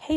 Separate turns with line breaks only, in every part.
hey,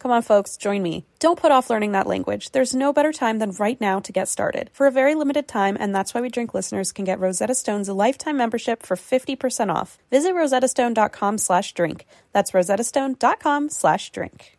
Come on, folks, join me. Don't put off learning that language. There's no better time than right now to get started. For a very limited time, and that's why we drink listeners can get Rosetta Stone's lifetime membership for 50% off. Visit rosettastone.com slash drink. That's rosettastone.com slash drink.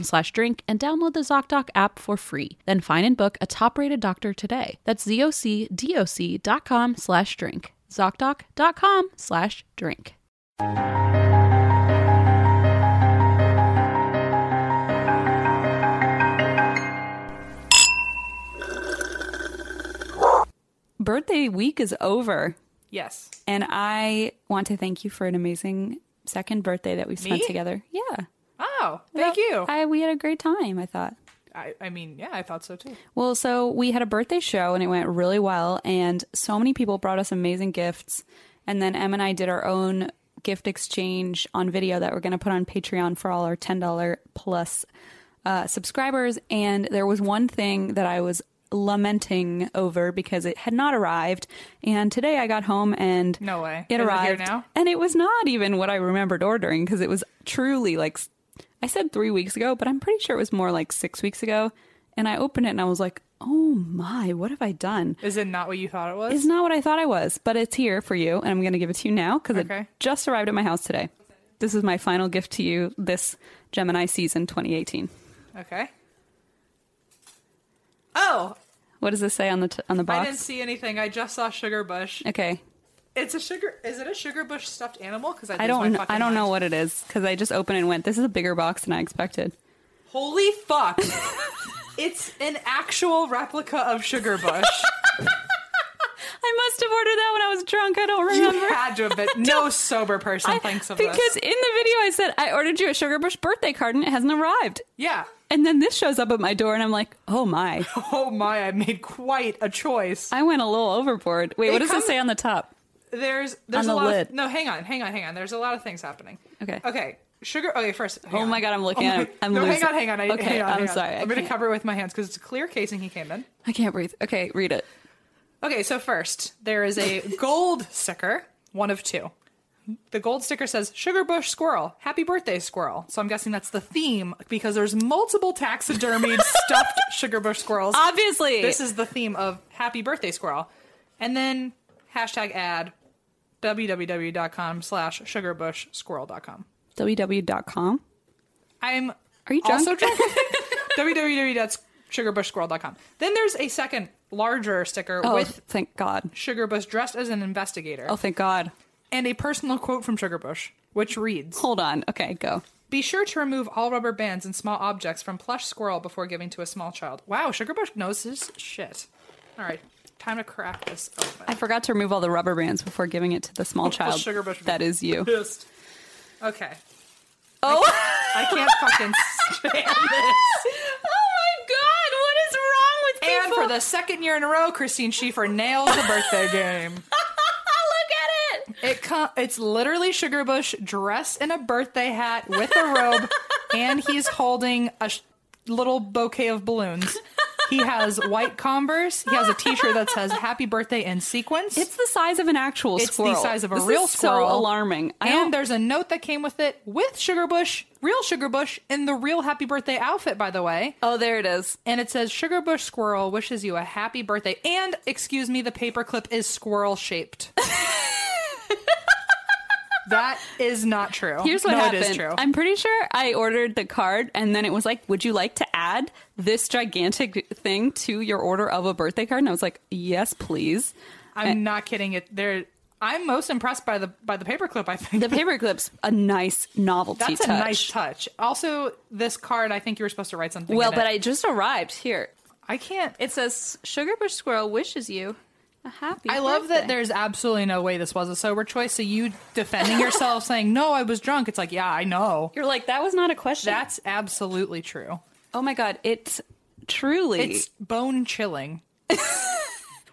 slash drink and download the ZocDoc app for free. Then find and book a top-rated doctor today. That's zocdoc.com slash drink. ZocDoc.com slash drink.
Birthday week is over,
Yes.
and I want to thank you for an amazing second birthday that we spent
Me?
together. Yeah.
Oh, thank you.
I, we had a great time, I thought.
I, I mean, yeah, I thought so too.
Well, so we had a birthday show and it went really well, and so many people brought us amazing gifts. And then Em and I did our own gift exchange on video that we're going to put on Patreon for all our $10 plus uh, subscribers. And there was one thing that I was lamenting over because it had not arrived. And today I got home and
No way.
it
Is it here
arrived
now?
and it was not even what I remembered ordering because it was truly like s- I said three weeks ago, but I'm pretty sure it was more like six weeks ago. And I opened it and I was like, oh my, what have I done?
Is it not what you thought it was?
It's not what I thought I was, but it's here for you. And I'm going to give it to you now because it
Okay.
just arrived at my house today. This is my final gift to you this Gemini season 2018.
okay. Oh,
What does this say on the t- on the
I didn't
box?
see anything. I just saw sugar bush.
Okay,
It's a sugar. Is it a sugar bush stuffed animal? Because I,
I
lose
don't
My
kn-
fucking
I don't know
mind.
what it is because I just opened and went. This is a bigger box than I expected.
Holy fuck! it's an actual replica of sugar bush.
I must have ordered that when I was drunk. I don't
you
remember.
had to have been. No sober person
I-
thinks of
because
this.
in the video I said I ordered you a Sugarbush birthday card and it hasn't arrived.
Yeah.
And then this shows up at my door and I'm like, oh my,
Oh my! I made quite a choice.
I went a little overboard. Wait, what does
come-
it say on the top?
There's there's
On
a
the
lot.
lid.
Of, no, hang on, hang on, hang on. There's a lot of things happening.
Okay.
Okay. Sugar. Okay. First. hang
Oh
on.
my God, I'm looking
my-
at it. I'm
no,
losing-
hang on, hang on. I,
Okay,
hang on,
I'm
hang on.
sorry, I
I'm gonna
can't-
cover it with my hands because it's a clear casing he came in.
I can't breathe. Okay, read it.
Okay, so first, there is a gold sticker, one of two. The gold sticker says Sugarbush Squirrel, Happy Birthday Squirrel. So I'm guessing that's the theme because there's multiple taxidermied stuffed Sugarbush squirrels.
Obviously.
This is the theme of Happy Birthday Squirrel. And then hashtag ad www.com slash sugarbushsquirrel.com.
www.com.
I'm
Are you drunk?
also drunk. www.sugarbushsquirrel.com. Then there's a second larger sticker
Oh,
with
thank God.
Sugarbush dressed as an investigator
Oh, thank God.
and a personal quote from Sugarbush, which reads
Hold on. Okay, go.
Be sure to remove all rubber bands and small objects from plush squirrel before giving to a small child. Wow, Sugarbush knows his shit. All right. Time to crack this open.
I forgot to remove all the rubber bands before giving it to the small child.
Oh, Sugar Bush would
that
be
is you.
Pissed. Okay.
Oh.
I can't fucking stand this.
Oh my god, what is wrong with
And
people?
for the second year in a row, Christine Schieffer nails the birthday game.
Look at it.
It com- it's literally Sugarbush dressed in a birthday hat with a robe, and he's holding a sh- little bouquet of balloons. He has white Converse. He has a T-shirt that says "Happy Birthday" in sequence.
It's the size of an actual
It's the
squirrel.
size of a
This
real
is
squirrel.
So alarming. I
and
don't,
there's a note that came with it with Sugarbush, real Sugarbush, in the real Happy Birthday outfit, by the way.
oh, there it is.
And it says Sugarbush Squirrel wishes you a happy birthday. And excuse me, the paperclip is squirrel shaped. that is not true.
Here's what
no,
happened.
It is true.
I'm pretty sure I ordered the card, and then it was like, "Would you like to add this gigantic thing to your order of a birthday card?" And I was like, "Yes, please."
I'm not kidding. It there. I'm most impressed by the by the paperclip. I think
The paperclip's a nice novelty
that's
touch.
a nice touch. Also, this card. I think you were supposed to write something.
well,
in
but
it.
I just arrived here.
I can't.
It says, "Sugarbush Squirrel wishes you a happy."
I love that
birthday."
there's absolutely no way this was a sober choice. So you defending yourself, saying no, I was drunk. It's like, yeah, I know.
You're like, that was not a question.
That's absolutely true.
oh my god, it's truly
It's bone chilling.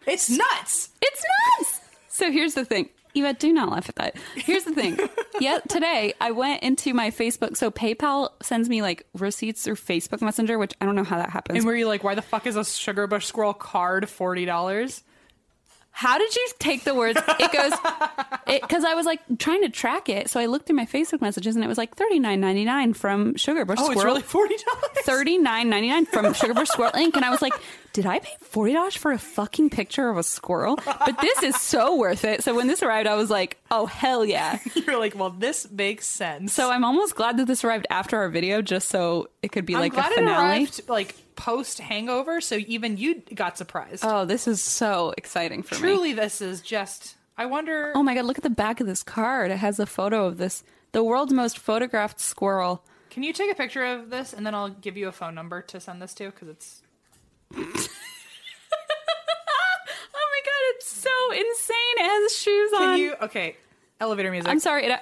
it's nuts.
It's nuts. So here's the thing. Eva, do not laugh at that. Here's the thing. yeah, today I went into my Facebook. So PayPal sends me like receipts through Facebook Messenger, which I don't know how that happens.
And were you like, why the fuck is a sugarbush squirrel card forty dollars?
how did you take the words? It goes because I was like trying to track it. So I looked in my Facebook messages and it was like thirty nine ninety nine from Sugarbush
Oh,
Squirrel.
it's really forty dollars.
Thirty nine ninety nine from Sugarbush Squirrel Inc. And I was like, did I pay forty dollars for a fucking picture of a squirrel? But this is so worth it. So when this arrived, I was like, oh hell yeah.
You're like, well, this makes sense.
So I'm almost glad that this arrived after our video, just so it could be
I'm
like
glad
a finale.
it arrived like post hangover, so even you got surprised.
Oh, this is so exciting for me.
Truly, this is just. I wonder.
Oh my god, look at the back of this card. It has a photo of this the world's most photographed squirrel.
Can you take a picture of this and then I'll give you a phone number to send this to? Because it's
Oh my god, it's so insane. It has shoes
can
on.
you okay? Elevator music.
I'm sorry. It,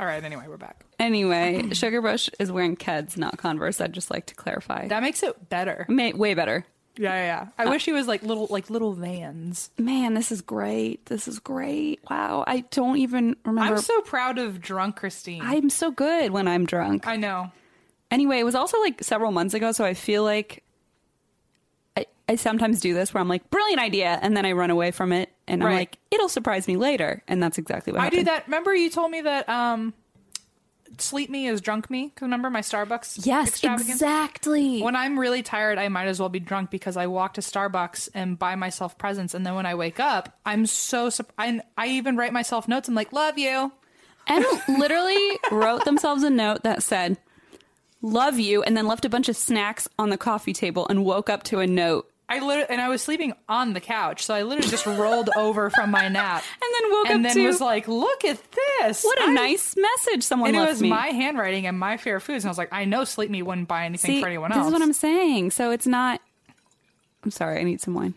All right. Anyway, we're back.
anyway, Sugarbush is wearing Keds, not Converse. I'd just like to clarify.
That makes it better.
May, way better.
Yeah, yeah. yeah. I wish he was like little, like little vans.
Man, this is great. This is great. Wow, I don't even remember.
I'm so proud of drunk Christine. I,
I'm so good when I'm drunk.
know.
Anyway, it was also like several months ago, so I feel like I, I sometimes do this where I'm like, brilliant idea, and then I run away from it, and I'm
Right.
like, it'll surprise me later, and that's exactly what
I
happened.
do that. Remember you told me that um, sleep me is drunk me. 'Cause remember my Starbucks?
Yes,
extravaganza?
exactly.
When I'm really tired, I might as well be drunk because I walk to Starbucks and buy myself presents, and then when I wake up, I'm so. Sup- I, I even write myself notes. I'm like, "Love you."
and literally wrote themselves a note that said, "Love you," and then left a bunch of snacks on the coffee table, and woke up to a note,
I literally, and I was sleeping on the couch, so I literally just rolled over from my nap,
and then woke
and
up
then
to
was like, "Look at this!
what a
I'm
nice message someone
and it
left
was
me.
my handwriting and my fair foods. And I was like, I know Sleep Me wouldn't buy anything
See,
for anyone
This
else.
is what I'm saying. So it's not. I'm sorry. I need some wine.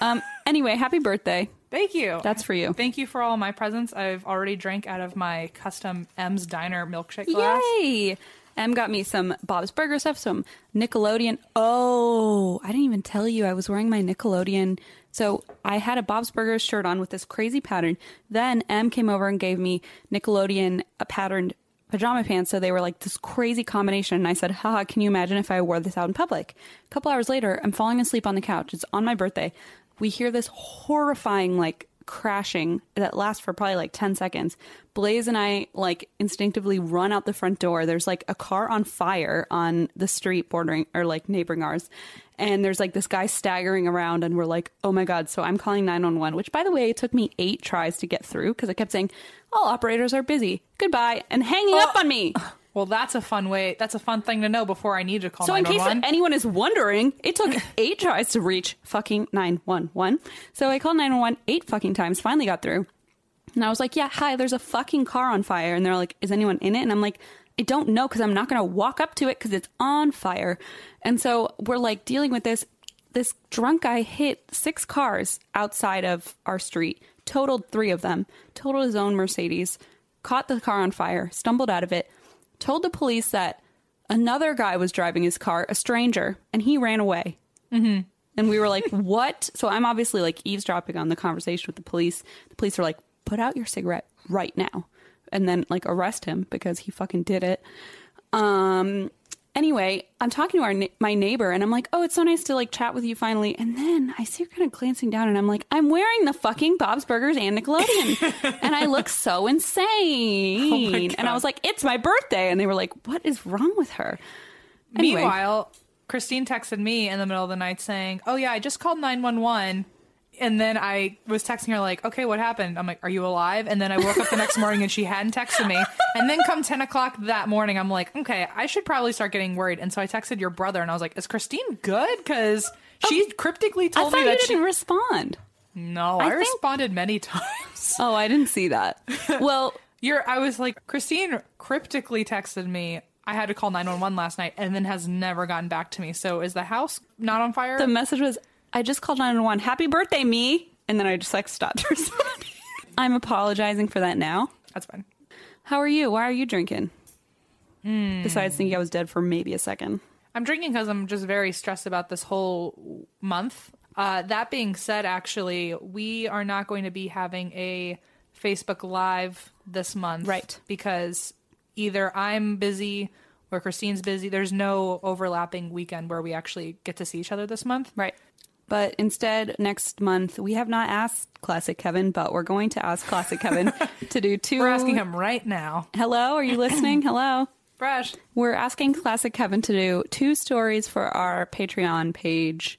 Um. Anyway, happy birthday.
Thank you.
That's for you.
Thank you for all my presents. I've already drank out of my custom M's Diner milkshake glass.
Yay! Em got me some Bob's Burger stuff, some Nickelodeon. Oh, I didn't even tell you I was wearing my Nickelodeon. So I had a Bob's Burgers shirt on with this crazy pattern. Then Em came over and gave me Nickelodeon a patterned pajama pants. So they were like this crazy combination. And I said, haha, can you imagine if I wore this out in public? A couple hours later, I'm falling asleep on the couch. It's on my birthday. We hear this horrifying, like, crashing that lasts for probably like 10 seconds. Blaze and I like instinctively run out the front door. There's like a car on fire on the street bordering or like neighboring ours. And there's like this guy staggering around and we're like, "Oh my god." So I'm calling 911, which by the way, it took me 8 tries to get through cuz I kept saying, "All operators are busy. Goodbye." And hanging up on me.
Well, that's a fun way. That's a fun thing to know before I need to call
So in case
911.
anyone is wondering, it took eight tries to reach fucking 911. So I called 911 eight fucking times, finally got through. And I was like, yeah, hi, there's a fucking car on fire. And they're like, is anyone in it? And I'm like, I don't know because I'm not going to walk up to it because it's on fire. And so we're like dealing with this. This drunk guy hit six cars outside of our street, totaled three of them, totaled his own Mercedes, caught the car on fire, stumbled out of it, told the police that another guy was driving his car, a stranger, and he ran away. And we were like, what? So I'm obviously like eavesdropping on the conversation with the police. The police are like, put out your cigarette right now. And then like arrest him because he fucking did it. Um, anyway, I'm talking to our ne- my neighbor and I'm like, oh, it's so nice to like chat with you finally. And then I see her kind of glancing down and I'm like, I'm wearing the fucking Bob's Burgers and Nickelodeon. and I look so
Oh
insane. and I was like, it's my birthday. And they were like, what is wrong with her? Anyway.
Meanwhile, Christine texted me in the middle of the night saying, "Oh yeah, I just called 911." And then I was texting her like, "Okay, what happened?" I'm like, "Are you alive?" And then I woke up the next morning and she hadn't texted me. And then come 10 o'clock that morning, I'm like, "Okay, I should probably start getting worried." And so I texted your brother and I was like, "Is Christine good?" Because she cryptically
I
told
thought
me
you
that
didn't
she.
respond.
no, I,
I think-
responded many times.
Oh, I didn't see that. Well,
You're. I was like, Christine cryptically texted me. I had to call 911 last night and then has never gotten back to me. So is the house not on fire?
the message was, I just called 911. Happy birthday, me. And then I just like stopped responding. I'm apologizing for that now.
That's fine.
How are you? Why are you drinking?
Hmm.
Besides thinking I was dead for maybe a second.
I'm drinking because I'm just very stressed about this whole month. Uh, that being said, actually, we are not going to be having a Facebook Live this month.
Right.
Because either I'm busy or Christine's busy. There's no overlapping weekend where we actually get to see each other this month.
Right. But instead, next month, we have not asked Classic Kevin, but we're going to ask Classic Kevin to do 2
We're asking him right now.
Hello, are you listening? Hello.
Fresh.
We're asking Classic Kevin to do two stories for our Patreon page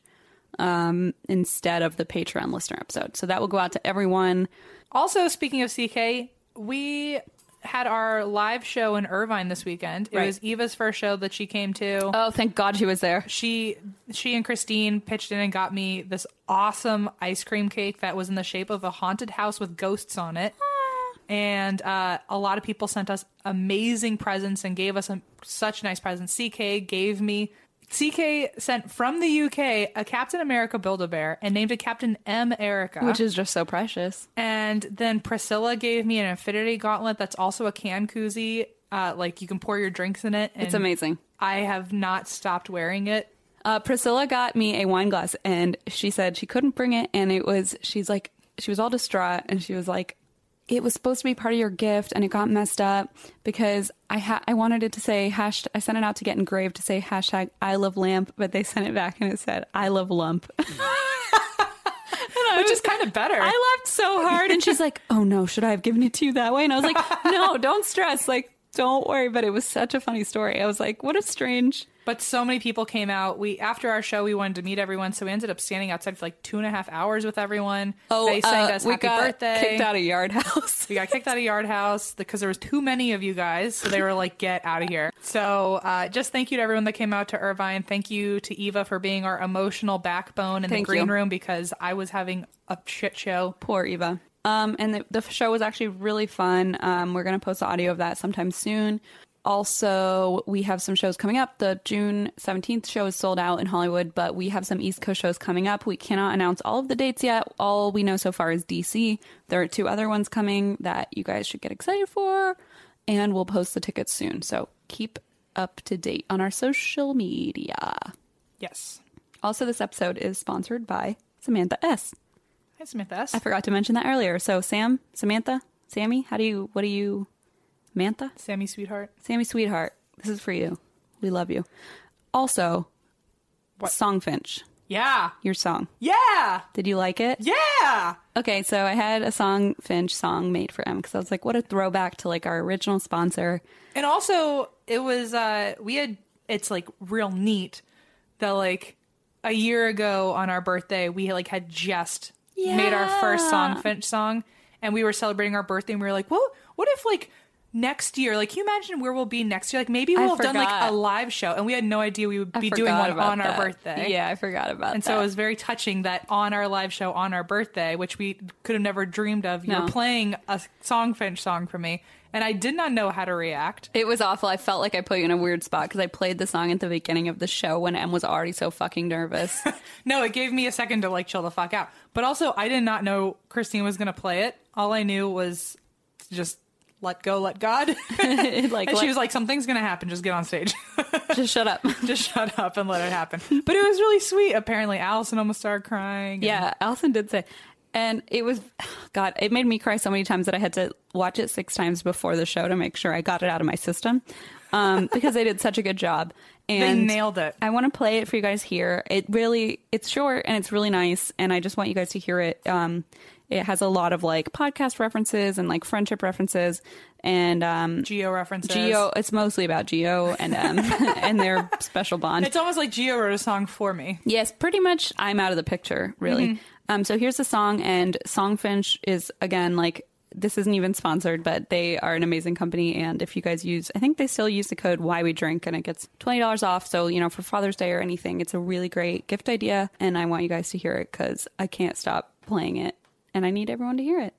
um, instead of the Patreon listener episode. So that will go out to everyone.
Also, speaking of CK, we had our live show in Irvine this weekend. It
Right.
was Eva's first show that she came to.
Oh, thank God she was there.
she she and Christine pitched in and got me this awesome ice cream cake that was in the shape of a haunted house with ghosts on it. And uh, a lot of people sent us amazing presents and gave us um such nice presents. CK gave me. CK sent from the UK a Captain America Build a Bear and named it Captain M Erica.
Which is just so precious.
And then Priscilla gave me an Infinity Gauntlet that's also a can koozie. Uh, like you can pour your drinks in it. And
It's amazing.
I have not stopped wearing it.
Uh, Priscilla got me a wine glass and she said she couldn't bring it. And it was, she's like, she was all distraught and she was like, it was supposed to be part of your gift and it got messed up because I ha- I wanted it to say hash. I sent it out to get engraved to say hashtag I love lamp, but they sent it back and it said I love lump.
which is kind of better.
I laughed so hard, and she's like, "Oh no, should I have given it to you that way?" And I was like, "No, don't stress. Like, don't worry." But it was such a funny story. I was like, "What a strange."
but so many people came out. We after our show, we wanted to meet everyone, so we ended up standing outside for like two and a half hours with everyone. they sang us
Oh, uh, we
"Happy
got
Birthday."
kicked out of Yard House.
we got kicked out of Yard House because there was too many of you guys, so they were like, "Get out of here." So, uh, just thank you to everyone that came out to Irvine. Thank you to Eva for being our emotional backbone in
Thank
the
you.
green room because I was having a shit show.
Poor Eva. Um, and the, the show was actually really fun. Um, we're going to post the audio of that sometime soon. Also, we have some shows coming up. The June 17th show is sold out in Hollywood, but we have some East Coast shows coming up. We cannot announce all of the dates yet. All we know so far is DC. There are two other ones coming that you guys should get excited for, and we'll post the tickets soon. So keep up to date on our social media.
Yes,
Also, this episode is sponsored by Samantha S.
hi Samantha. S.
I forgot to mention that earlier. So Sam, Samantha, Sammy, how do you what do you Samantha?
Sammy, sweetheart.
Sammy sweetheart, this is for you. We love you. Also, Songfinch,
Yeah,
your song.
yeah,
Did you like it?
yeah.
Okay, so I had a song Finch song made for M because I was like, what a throwback to like our original sponsor.
And also, it was uh we had it's like real neat that like a year ago on our birthday we like had just made our first song Finch song, and we were celebrating our birthday, and we were like, well, what if like next year like can you imagine where we'll be next year like maybe we'll have done like
forgot.
a live show and we had no idea we would
I
be doing
forgot
one
about
on
that.
our birthday
Yeah, I forgot about
and
that.
so it was very touching that on our live show on our birthday, which we could have never dreamed of, you
No.
were playing a song Finch song for me. and I did not know how to react.
It was awful. I felt like I put you in a weird spot because I played the song at the beginning of the show when Em was already so fucking nervous.
No, it gave me a second to like chill the fuck out. But also, I did not know Christine was going to play it. All I knew was just let go, let God.
like,
and
like,
she was like, something's going to happen. Just get on stage.
just shut up.
just shut up and let it happen. But it was really sweet. Apparently, Allison almost started crying.
Yeah, Allison did say. And it was, God, it made me cry so many times that I had to watch it six times before the show to make sure I got it out of my system um, because they did such a good job. And
nailed it.
I want to play it for you guys here. It really, it's short and it's really nice. And I just want you guys to hear it. Um, it has a lot of like podcast references and like friendship references. And um,
Geo references.
Geo, it's mostly about Geo and um, and their special bond.
It's almost like Geo wrote a song for me.
Yes, pretty much I'm out of the picture, really. Um, so here's the song, and Songfinch is, again, like, this isn't even sponsored, but they are an amazing company. And if you guys use, I think they still use the code Why We Drink, and it gets $20 off. So, you know, for Father's Day or anything, it's a really great gift idea. And I want you guys to hear it because I can't stop playing it, and I need everyone to hear it.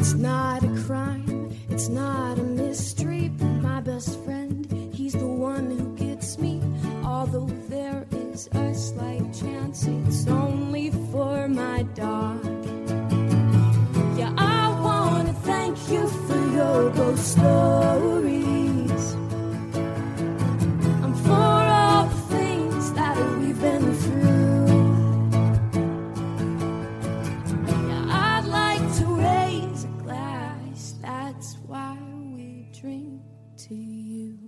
It's not a crime, it's not a mystery. My best friend, he's the one who gets me. Although there is a slight chance it's only for my dog. Yeah, I wanna thank you for your ghost stories. And for all the things that we've been through. I'd like to raise a glass, that's why we drink to you.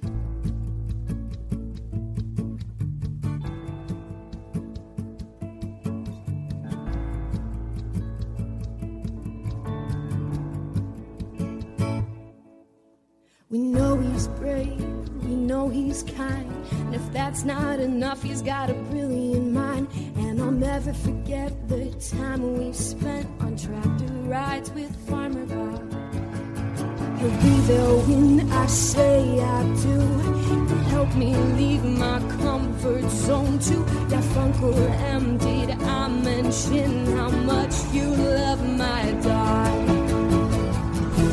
We know he's brave, we know he's kind. And if that's not enough, he's got a brilliant mind. And I'll never forget the time we spent on tractor rides with Farmer Bob. He'll be there when I say I do. He'll help me leave my comfort zone too. That Funko M, did I mention how much you love my dog?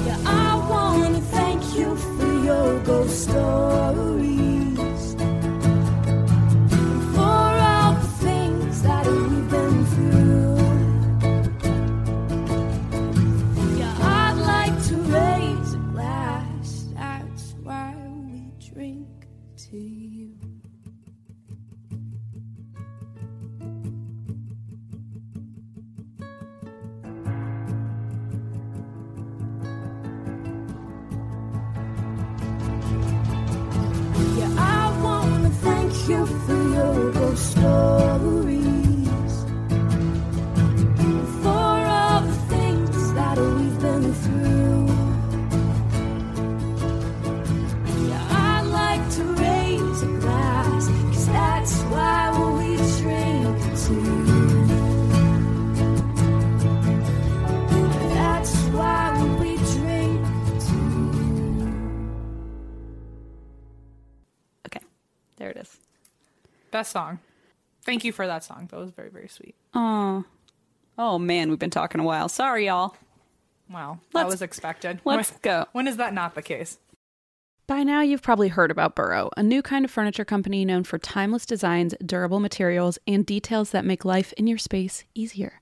Yeah, I wanna thank you for your ghost stories. For all the things that we've been through. Yeah, I'd like to raise a glass, that's why we drink to you. Yeah, I wanna thank you for your ghost stories. For all the things that we've been through. Yeah, I'd like to raise a glass, cause that's why we drink to you. That's why we drink to you.
Okay, there it is.
Best song. Thank you for that song. That was very, very sweet.
Oh, oh man, we've been talking a while. Sorry, y'all.
Wow. that
Let's-
was expected.
let's
When-
go.
When is that not the case?
By now, you've probably heard about Burrow, a new kind of furniture company known for timeless designs, durable materials, and details that make life in your space easier.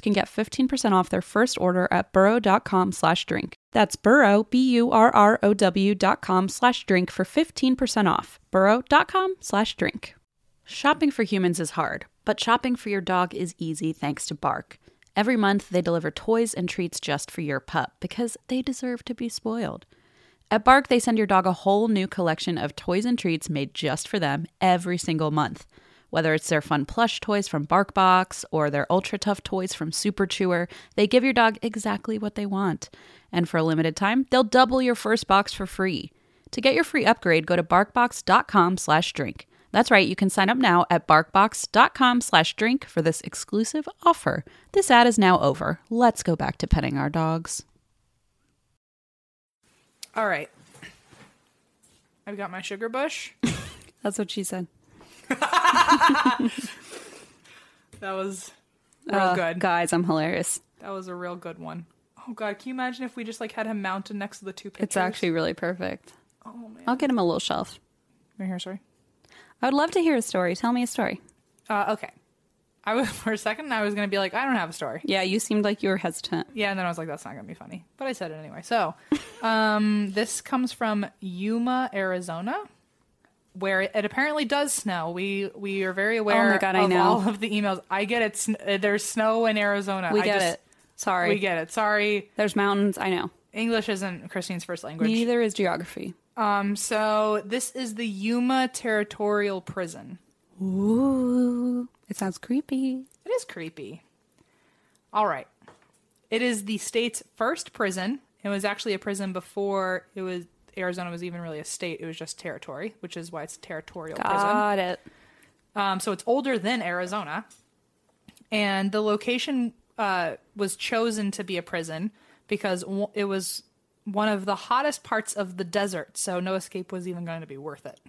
can get 15% off their first order at burrow.com slash drink. That's burrow, B-U-R-R-O-W dot com slash drink for 15% off. burrow.com slash drink. Shopping for humans is hard, but shopping for your dog is easy thanks to Bark. Every month, they deliver toys and treats just for your pup because they deserve to be spoiled. At Bark, they send your dog a whole new collection of toys and treats made just for them every single month. Whether it's their fun plush toys from BarkBox or their ultra tough toys from Super Chewer, they give your dog exactly what they want. And for a limited time, they'll double your first box for free. To get your free upgrade, go to barkbox.com/drink. That's right, you can sign up now at barkbox.com/drink for this exclusive offer. This ad is now over. Let's go back to petting our dogs.
All right. I've got my sugar bush.
That's what she said.
That was real
Uh,
good.
Guys, I'm hilarious.
That was a real good one. Oh god, can you imagine if we just like had him mounted next to the two pictures?
It's actually really perfect.
Oh man.
I'll get him a little shelf.
Right here, sorry.
I would love to hear a story. Tell me a story.
Uh, okay. I was for a second I was gonna be like, I don't have a story.
Yeah, you seemed like you were hesitant.
Yeah, and then I was like, that's not gonna be funny. But I said it anyway. So um this comes from Yuma, Arizona, where it, apparently does snow. We we are very aware
Oh God, I
of
know.
all of the emails. I get it sn- uh, there's snow in Arizona.
We
I
get
just-
it. Sorry.
We get it. Sorry.
There's mountains. I know.
English isn't Christine's first language.
Neither is geography.
Um, so this is the Yuma Territorial Prison.
Ooh, it sounds creepy.
It is creepy. All right. It is the state's first prison. It was actually a prison before it was Arizona was even really a state. It was just territory, which is why it's territorial prison.
Got it.
Um, so it's older than Arizona, and the location uh, was chosen to be a prison because w- it was one of the hottest parts of the desert. So no escape was even going to be worth it.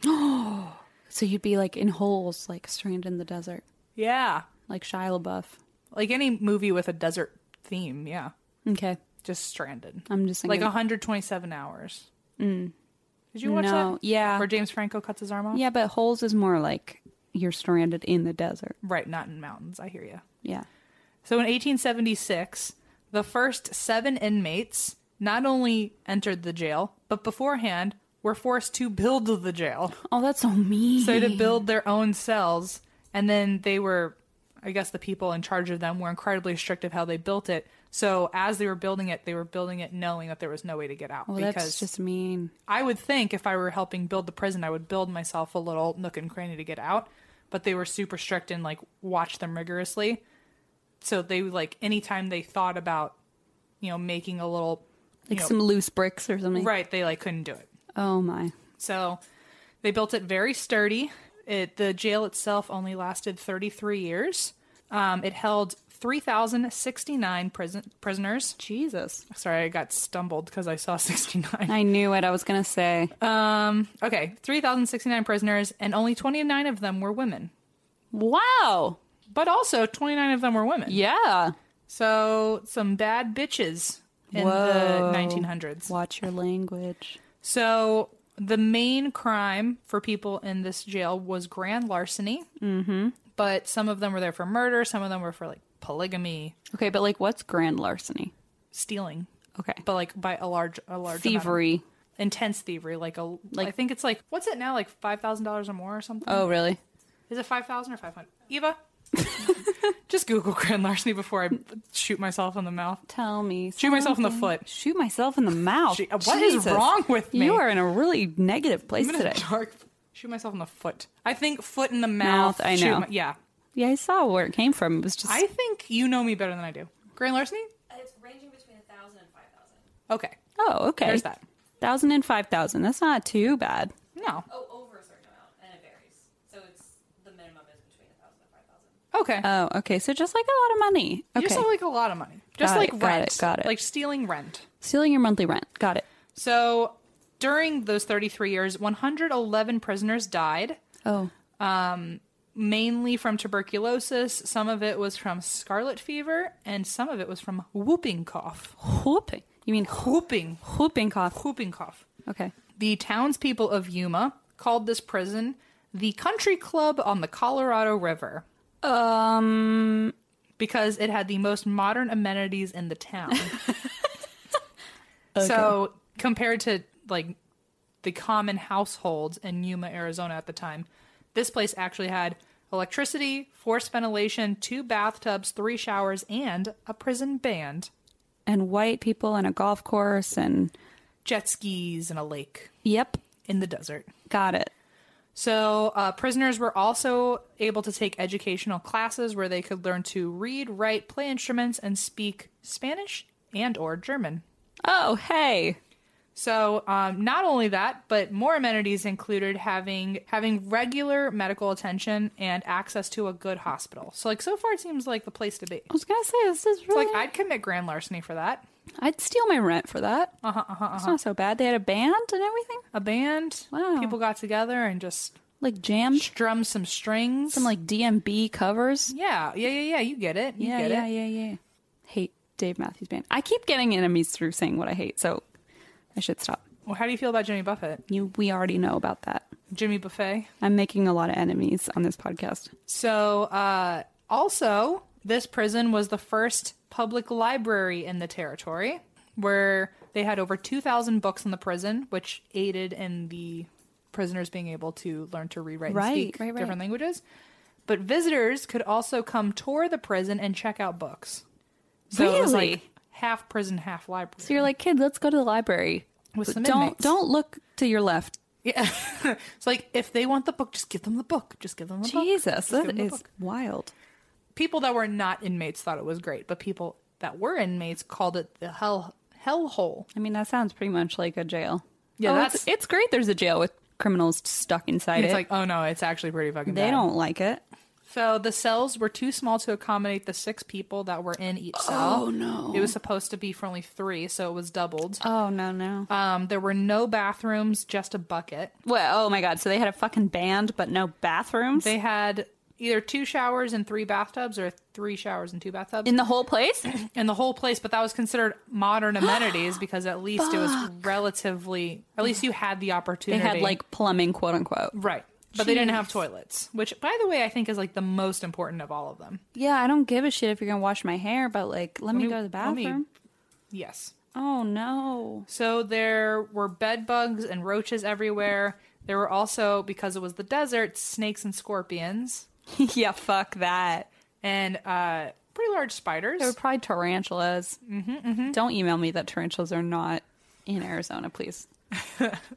So you'd be like in holes, like stranded in the desert,
yeah,
like Shia LaBeouf.
like any movie with a desert theme yeah
Okay,
just stranded
I'm just
like
thinking. Mm.
127 hours did you watch
No,
that
yeah.
where james franco cuts his arm off
yeah, but holes is more like you're stranded in the desert.
right not in mountains i hear you
Yeah.
so in 1876 the first seven inmates not only entered the jail but beforehand were forced to build the jail
Oh, that's so mean.
so to build their own cells and then they were i guess the people in charge of them were incredibly strict of how they built it so as they were building it they were building it knowing that there was no way to get out
well,
because
Oh, that's just mean.
i would think if i were helping build the prison i would build myself a little nook and cranny to get out but they were super strict and like watched them rigorously so they like anytime they thought about you know making a little you
Like
know-
some loose bricks or something.
right they like couldn't do it
Oh my.
so they built it very sturdy. It, the jail itself only lasted 33 years. Um, it held 3,069 prison, prisoners.
Jesus.
Sorry, I got stumbled because I saw 69.
I knew what I was gonna say.
Okay, 3,069 prisoners, and only 29 of them were women.
wow.
But also, 29 of them were women.
Yeah.
So, some bad bitches in
Whoa.
the 1900s.
Watch your language.
So the main crime for people in this jail was grand larceny. Mm-hmm. But some of them were there for murder. Some of them were for like polygamy,
Okay, but like, what's grand larceny?
stealing.
Okay.
But like by a large, a large amount.
Thievery.
intense thievery. Like a, like I think it's like what's it now? Like five thousand dollars or more or something.
Oh, really?
Is it five thousand or five hundred? Eva, just Google grand larceny before I shoot myself in the mouth.
Tell me.
Shoot myself in the
something.
foot.
Shoot myself in the mouth.
Gee, what is wrong with me?
You are in a really negative place
I'm in a
today.
dark. Shoot myself in the foot. I think foot in the mouth.
Mouth, I
shoot
know.
my- yeah.
Yeah, I saw where it came from. It was just
I think you know me better than I do. Grand larceny?
It's ranging between a thousand and five thousand.
Okay.
oh okay.
There's that.
Thousand and five thousand. That's not too bad.
No.
Oh, over a certain amount, and it varies. So it's the minimum is between a thousand and five thousand.
Okay.
Oh, okay. So just like a lot of money.
You
Okay.
just have like a lot of money. Just
Got
like
it, got
rent.
it, got it.
Like stealing rent.
Stealing your monthly rent. Got it.
So during those 33 years, 111 prisoners died,
Oh.
mainly from tuberculosis. Some of it was from scarlet fever, and some of it was from whooping cough.
Whooping. You mean
Whooping.
whooping cough.
Whooping cough.
Okay.
The townspeople of Yuma called this prison the country club on the Colorado River
Um
because it had the most modern amenities in the town. So compared to like the common households in Yuma, Arizona at the time, this place actually had electricity, forced ventilation, two bathtubs, three showers, and a prison band,
and white people and a golf course and
jet skis, and a lake
yep.
in the desert.
Got it.
So, uh, prisoners were also able to take educational classes where they could learn to read, write, play instruments, and speak Spanish and or German.
Oh, hey.
So, um, not only that, but more amenities included having having regular medical attention and access to a good hospital. So, like so far, it seems like the place to be.
I was going to say this is
It's
really
like I'd commit grand larceny for that.
I'd steal my rent for that. Uh-huh, It's not so bad. They had a band and everything.
A band,
Wow.
people got together and just
Like jam
strummed some strings.
some like DMB covers.
yeah, yeah, yeah, yeah. You get it. You
yeah,
get
yeah,
it.
yeah, yeah. Hate Dave Matthews Band. I keep getting enemies through saying what I hate, so I should stop.
Well, how do you feel about Jimmy Buffett?
You, we already know about that.
Jimmy Buffet.
I'm making a lot of enemies on this podcast.
So, uh, also, this prison was the first public library in the territory where they had over 2,000 books in the prison, which aided in the prisoners being able to learn to rewrite
Right,
and speak
right, right.
different languages. But visitors could also come tour the prison and check out books. So it was like
Really?
half prison, half library.
So you're like, kid, let's go to the library.
With
But
some
don't
inmates.
don't look to your left.
yeah. it's like if they want the book, just give them the book. Just give them the book.
Jesus,
Just give
that
them the
is
book.
wild.
people that were not inmates thought it was great, but people that were inmates called it the hell hell hole.
I mean, that sounds pretty much like a jail.
Yeah,
Oh,
that's-
it's, it's great. There's a jail with criminals stuck inside
It's
it.
like, oh no, it's actually pretty fucking
they
bad.
don't like it.
So the cells were too small to accommodate the six people that were in each cell. Oh no. It was supposed to be for only three, so it was doubled.
Oh no no.
Um, there were no bathrooms, just a bucket.
well, oh my god. So they had a fucking band, but no bathrooms
They had either two showers and three bathtubs or three showers and two bathtubs
in the whole place.
in the whole place, but that was considered modern amenities because at least it was relatively at least you had the
they
opportunity.
had like plumbing, quote unquote.
Right. But they didn't have toilets, which, by the way, I think is like the most important of all of them.
Yeah, I don't give a shit if you're gonna wash my hair, but like, let, me,
me-
go to the
let me-
bathroom.
Yes.
Oh no.
So there were bed bugs and roaches everywhere. There were also, because it was the desert, snakes and scorpions
yeah, fuck that.
and uh, pretty large spiders.
They were probably tarantulas. Mm-hmm, Don't email me that tarantulas are not in Arizona, please.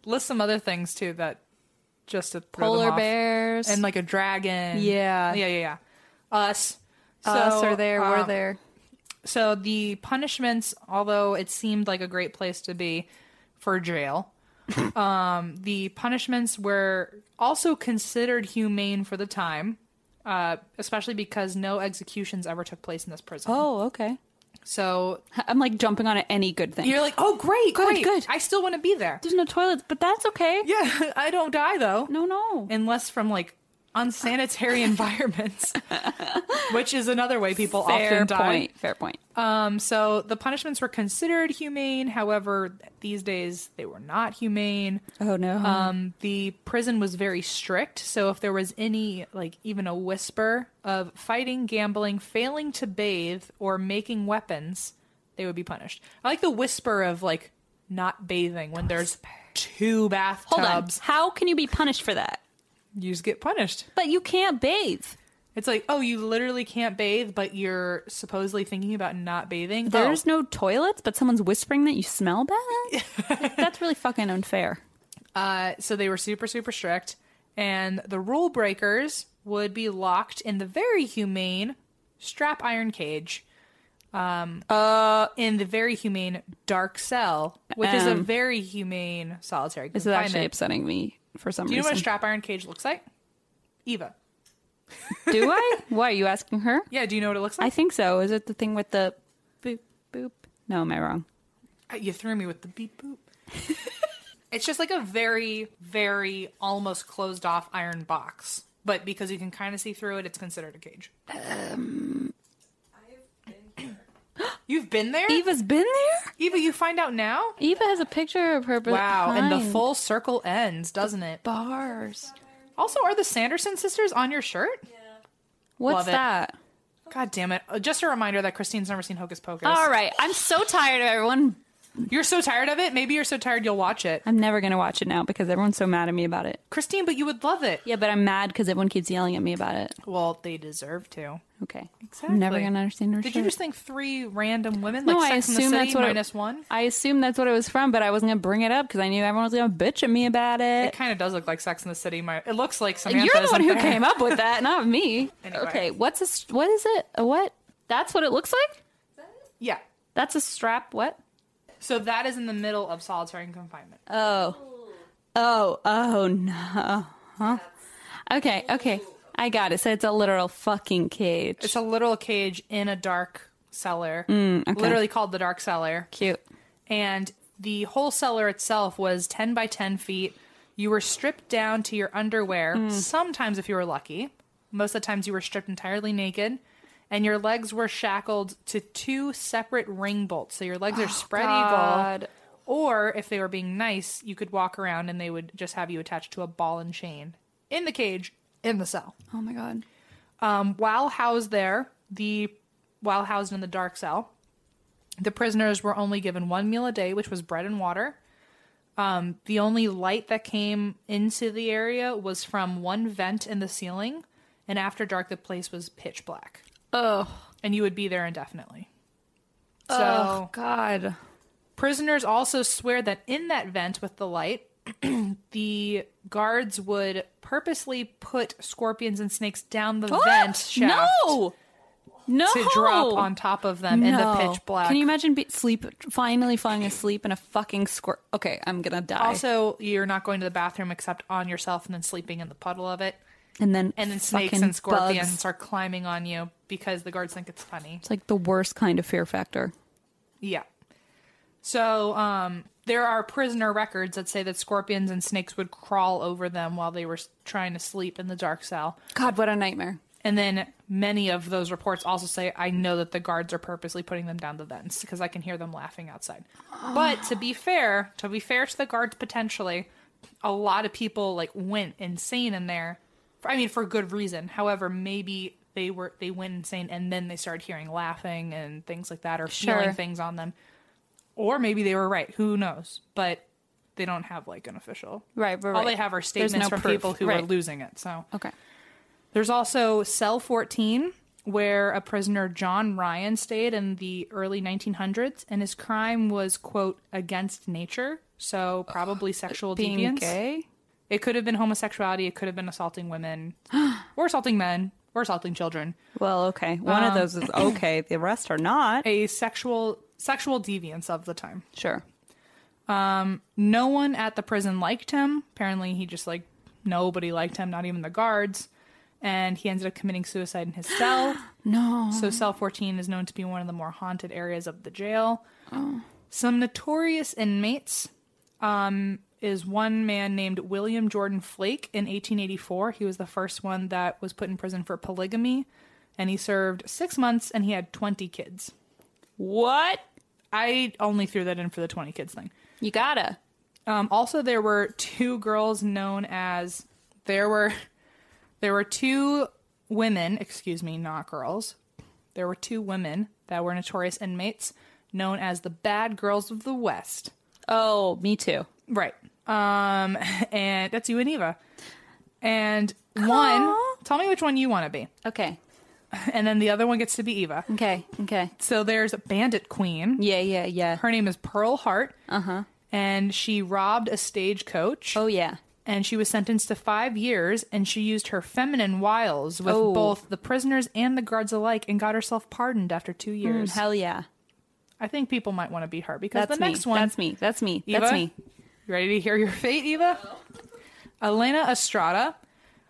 List some other things too that just to throw them
Polar
off.
bears
and like a dragon.
Yeah.
Yeah, yeah, yeah. Us.
us
So,
are there.
um,
we're there.
So the punishments, although it seemed like a great place to be for jail, um, the punishments were also considered humane for the time, uh, especially because no executions ever took place in this prison.
Oh, okay.
So
I'm like jumping on any good thing.
you're like, oh, great,
Good,
great.
good.
I still want to be there.
There's no toilets, but that's okay.
Yeah, I don't die though.
No, no.
Unless from like unsanitary environments, which is another way people often die.
point. Fair point.
Um, so the punishments were considered humane. However, these days they were not humane.
Oh no.
Um, the prison was very strict. So if there was any, like even a whisper of fighting, gambling, failing to bathe, or making weapons, they would be punished. I like the whisper of like not bathing when there's two
Hold
bathtubs.
on. How can you be punished for that?
You just get punished.
But you can't bathe.
It's like, oh, you literally can't bathe, but you're supposedly thinking about not bathing. Oh.
There's no toilets, but someone's whispering that you smell bad. Like, that's really fucking unfair.
Uh, so they were super, super strict. And the rule breakers would be locked in the very humane strap iron cage. Um, in the very humane dark cell, which is a
Um,
very humane solitary
This is
confinement.
actually upsetting me for some
Do you know
reason.
what a strap iron cage looks like? Eva.
Do I? Why are you asking her?
Yeah, do you know what it looks
I
like?
think so. Is it the thing with the boop boop? No, am I wrong?
Uh, You threw me with the beep boop. it's just like a very, very almost closed off iron box. But because you can kind of see through it, it's considered a cage.
Um.
You've been there?
Eva's been there.
Eva, you find out now?
Eva has a picture of her.
Wow, and the
behind
full circle ends, doesn't it?
bars.
Also, are the Sanderson sisters on your shirt?
What's
Love it.
that?
God damn it. Uh, Just a reminder that Christine's never seen Hocus Pocus.
All right, I'm so tired of everyone.
You're so tired of it. Maybe you're so tired you'll watch it.
I'm never gonna watch it now because everyone's so mad at me about it.
Christine, but you would love it.
Yeah, but I'm mad because everyone keeps yelling at me about it.
Well, they deserve to.
Okay,
Exactly.
I'm never gonna understand her.
Did
shit.
you just think three random women
No,
like
I
Sex in the
assume
City
that's what it-
minus one?
I assumed that's what it was from, but I wasn't gonna bring it up because I knew everyone was gonna bitch at me about
It
it.
kind of does look like Sex in the City. My it looks like Samantha.
You're the
isn't
one who
there.
came up with that, not me.
Anyway.
Okay, what's a s- what is it? A what? That's what it looks like.
Yeah.
That's a strap. What?
So that is in the middle of solitary and confinement.
Oh. Oh, oh no. Huh? Okay, okay. I got it. So it's a literal fucking cage.
It's a literal cage in a dark cellar,
Mm, okay.
literally called the dark cellar.
cute.
and the whole cellar itself was 10 by 10 feet. You were stripped down to your underwear, sometimes if you were lucky. Most of the times you were stripped entirely naked, and your legs were shackled to two separate ring bolts. So your legs are spread
God.
eagle. Or if they were being nice, you could walk around and they would just have you attached to a ball and chain in the cage in the cell.
Oh my god.
Um, while housed there, the while housed in the dark cell, the prisoners were only given one meal a day, which was bread and water. Um, the only light that came into the area was from one vent in the ceiling, and after dark, the place was pitch black,
Oh,
and you would be there indefinitely. So Oh.
god.
Prisoners also swear that in that vent with the light, the guards would purposely put scorpions and snakes down the vent shaft
No. No.
to drop on top of them in the
No.
pitch black.
Can you imagine be- sleep finally falling asleep in a fucking squirt? Okay, I'm gonna die.
also, you're not going to the bathroom except on yourself and then sleeping in the puddle of it.
and then
And then snakes
fucking
and scorpions
bugs.
are climbing on you because the guards think it's funny.
It's like the worst kind of fear factor.
Yeah. So, um, there are prisoner records that say that scorpions and snakes would crawl over them while they were s- trying to sleep in the dark cell.
God, what a nightmare.
And then many of those reports also say, I know that the guards are purposely putting them down the vents because I can hear them laughing outside. But to be fair, to be fair to the guards potentially, a lot of people like went insane in there. I mean, for good reason. However, maybe they were they went insane and then they started hearing laughing and things like that or
Sure.
feeling things on them. Or maybe they were right. Who knows? But they don't have like an official.
Right, right,
All they
right.
have are
There's
statements
no
from
proof.
people who are
Right.
losing it. So
Okay.
there's also Cell 14, where a prisoner, John Ryan, stayed in the early 1900s, and his crime was, quote, against nature. So probably sexual
Being
deviance.
gay?
It could have been homosexuality. It could have been assaulting women, or assaulting men, or assaulting children.
Well, okay. One of those is okay. The rest are not.
A sexual sexual deviance of the time.
Sure.
No one at the prison liked him. Apparently, he just like nobody liked him, not even the guards. And he ended up committing suicide in his cell.
No.
So cell 14 is known to be one of the more haunted areas of the jail. Some notorious inmates um, is one man named William Jordan Flake in 1884. He was the first one that was put in prison for polygamy, and he served six months and he had 20 kids.
What?
I only threw that in for the 20 kids thing.
You gotta.
Um, also, there were two girls known as there were there were two women, excuse me, not girls. There were two women that were notorious inmates known as the Bad Girls of the West.
Oh, me too.
Right. Um, and that's you and Eva. And one, tell me which one you want to be,
Okay.
and then the other one gets to be Eva.
Okay. Okay.
So there's Bandit Queen.
Yeah, yeah, yeah.
Her name is Pearl Hart. Uh huh. And she robbed a stagecoach.
oh, yeah.
and she was sentenced to five years and she used her feminine wiles with
Oh.
both the prisoners and the guards alike and got herself pardoned after two years
Hmm, Hell yeah.
i think people might want to be her because
That's
the next
me.
one
That's me. That's me.
Eva,
That's me.
you ready to hear your fate eva elena estrada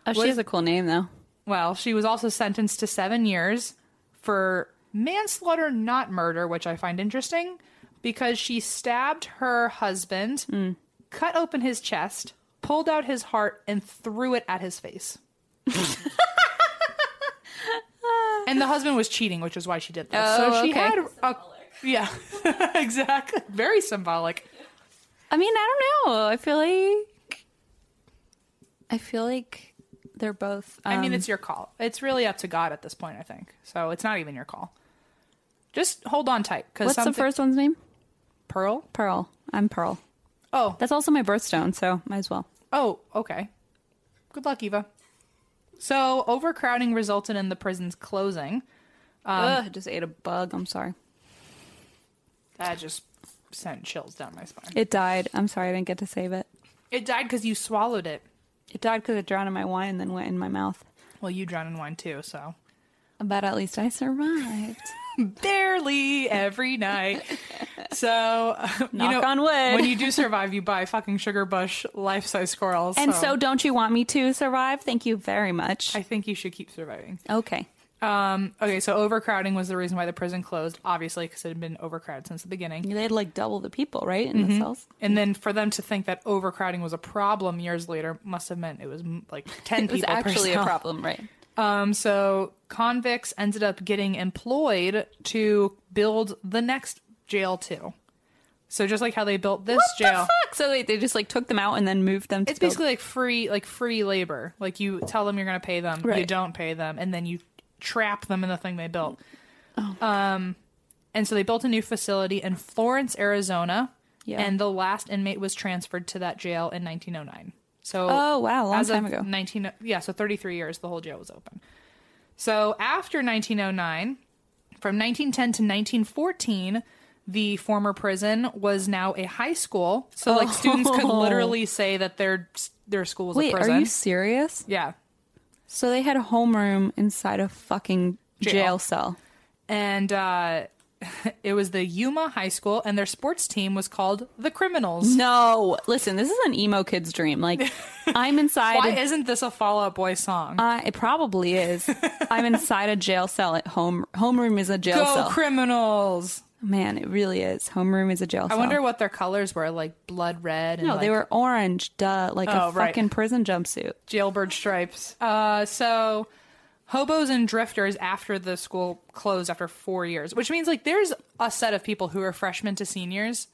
Oh, she
What-
has a cool name, though.
Well, she was also sentenced to seven years for manslaughter, not murder, which I find interesting because she stabbed her husband,
Hmm.
cut open his chest, pulled out his heart, and threw it at his face. and the husband was cheating, which is why she did this. so she
Oh, okay.
had a. Yeah, exactly. Very symbolic.
I mean, I don't know. I feel like I feel like they're both. Um,
I mean, it's your call. It's really up to God at this point, I think. So it's not even your call. Just hold on tight. Cause
what's the
something-
first one's name?
Pearl?
Pearl. I'm Pearl.
Oh,
That's also my birthstone, so might as well.
oh, okay. Good luck, Eva. So overcrowding resulted in the prison's closing.
Ugh, just ate a bug. I'm sorry.
That just sent chills down my spine.
It died. I'm sorry. I didn't get to save it.
It died because you swallowed it.
It died because it drowned in my wine and then went in my mouth.
Well, you drowned in wine too, so
But at least I survived.
barely every night. So
Knock
you know,
on wood.
when you do survive, you buy fucking sugar bush life size squirrels.
and so, don't you want me to survive? Thank you very much.
I think you should keep surviving.
okay.
Um, okay, so overcrowding was the reason why the prison closed, obviously, because it had been overcrowded since the beginning.
They had like double the people, right? In the cells?
And then for them to think that overcrowding was a problem years later must have meant it was mm, like 10
It was
people per
actually a
cell.
problem, right?
Um, so convicts ended up getting employed to build the next jail, too. So just like how they built this jail.
Fuck. So, wait, they just like took them out and then moved them to
It's basically like free, like free labor. Like you tell them you're going to pay them, you
Right.
don't pay them, and then you trap them in the thing they built.
Oh.
um, and so they built a new facility in Florence, Arizona,
Yeah.
and the last inmate was transferred to that jail in 1909. So
Oh, wow, a long
as of
time ago.
19 yeah, so 33 years the whole jail was open. So after 1909, from 1910 to 1914, the former prison was now a high school. So like students could literally say that their their school was
Oh. Wait,
a
are
prison.
you serious?
yeah.
So they had a homeroom inside a fucking jail,
Jail.
cell.
And uh it was the Yuma High School and their sports team was called the Criminals.
No, listen, this is an emo kid's dream. Like, I'm inside.
Why
a-
isn't this a Fall Out Boy song?
I- Uh, it probably is. I'm inside a jail cell at home. Homeroom is a jail
Go
cell.
Criminals.
Man, it really is. Homeroom is a jail
I
cell.
wonder what their colors were, like blood red and
No, they
like,
were orange, duh, like
Oh,
a
right.
fucking prison jumpsuit.
jailbird stripes. Uh, so hobos and drifters after the school closed after four years, which means like there's a set of people who are freshmen to seniors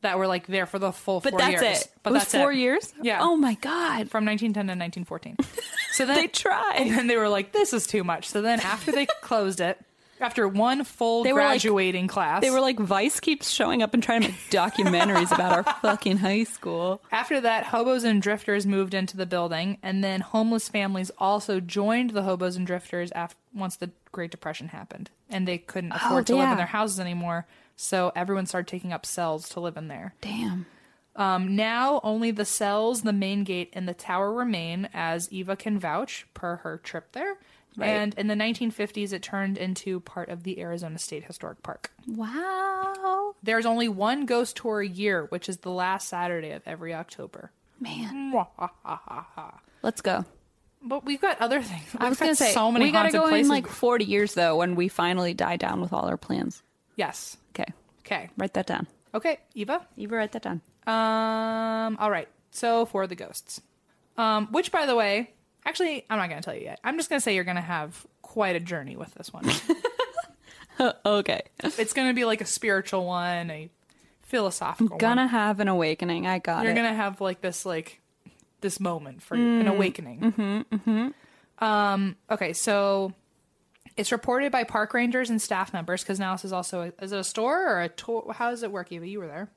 that were like there for the full
But
four
that's
years.
it. it was four years.
Yeah.
Oh my god.
From 1910 to 1914. So then
They tried.
And then they were like, this is too much. So then after they closed it, after one full
They were, like-
graduating class,
They were like, Vice keeps showing up and trying to make documentaries about our fucking high school.
After that, hobos and drifters moved into the building, and then homeless families also joined the hobos and drifters af- once the Great Depression happened, and they couldn't afford to live
Oh, yeah.
in their houses anymore. So everyone started taking up cells to live in there.
Damn.
Um, now only the cells, the main gate, and the tower remain, as Eva can vouch per her trip there. And in the 1950s, it turned into part of the Arizona State Historic Park.
Wow.
There's only one ghost tour a year, which is the last Saturday of every October.
Man,
Mwah-ha-ha-ha.
let's go.
But we've got other things. We've
I was
got
gonna say
so many
we gotta
haunted
go
places.
in like forty years though when we finally die down with all our plans.
yes.
Okay,
Okay.
write that down.
Okay, Eva.
You write that down.
Um. All right. So for the ghosts, um, which by the way, actually, I'm not gonna tell you yet. I'm just gonna say you're gonna have quite a journey with this one.
Okay,
it's gonna be like a spiritual one, a philosophical.
gonna
one.
have an awakening. I got
You're
it.
gonna have like this like this moment for an awakening. Mm-hmm, mm-hmm. Um. Okay. So. It's reported by park rangers and staff members because now this is also a, is it a store or a tour? How does it work, Eva? You were there.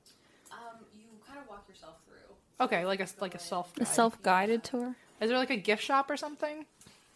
Um, you kind of walk yourself through.
Okay, like a like a self.
a self-guided tour.
Is there like a gift shop or something?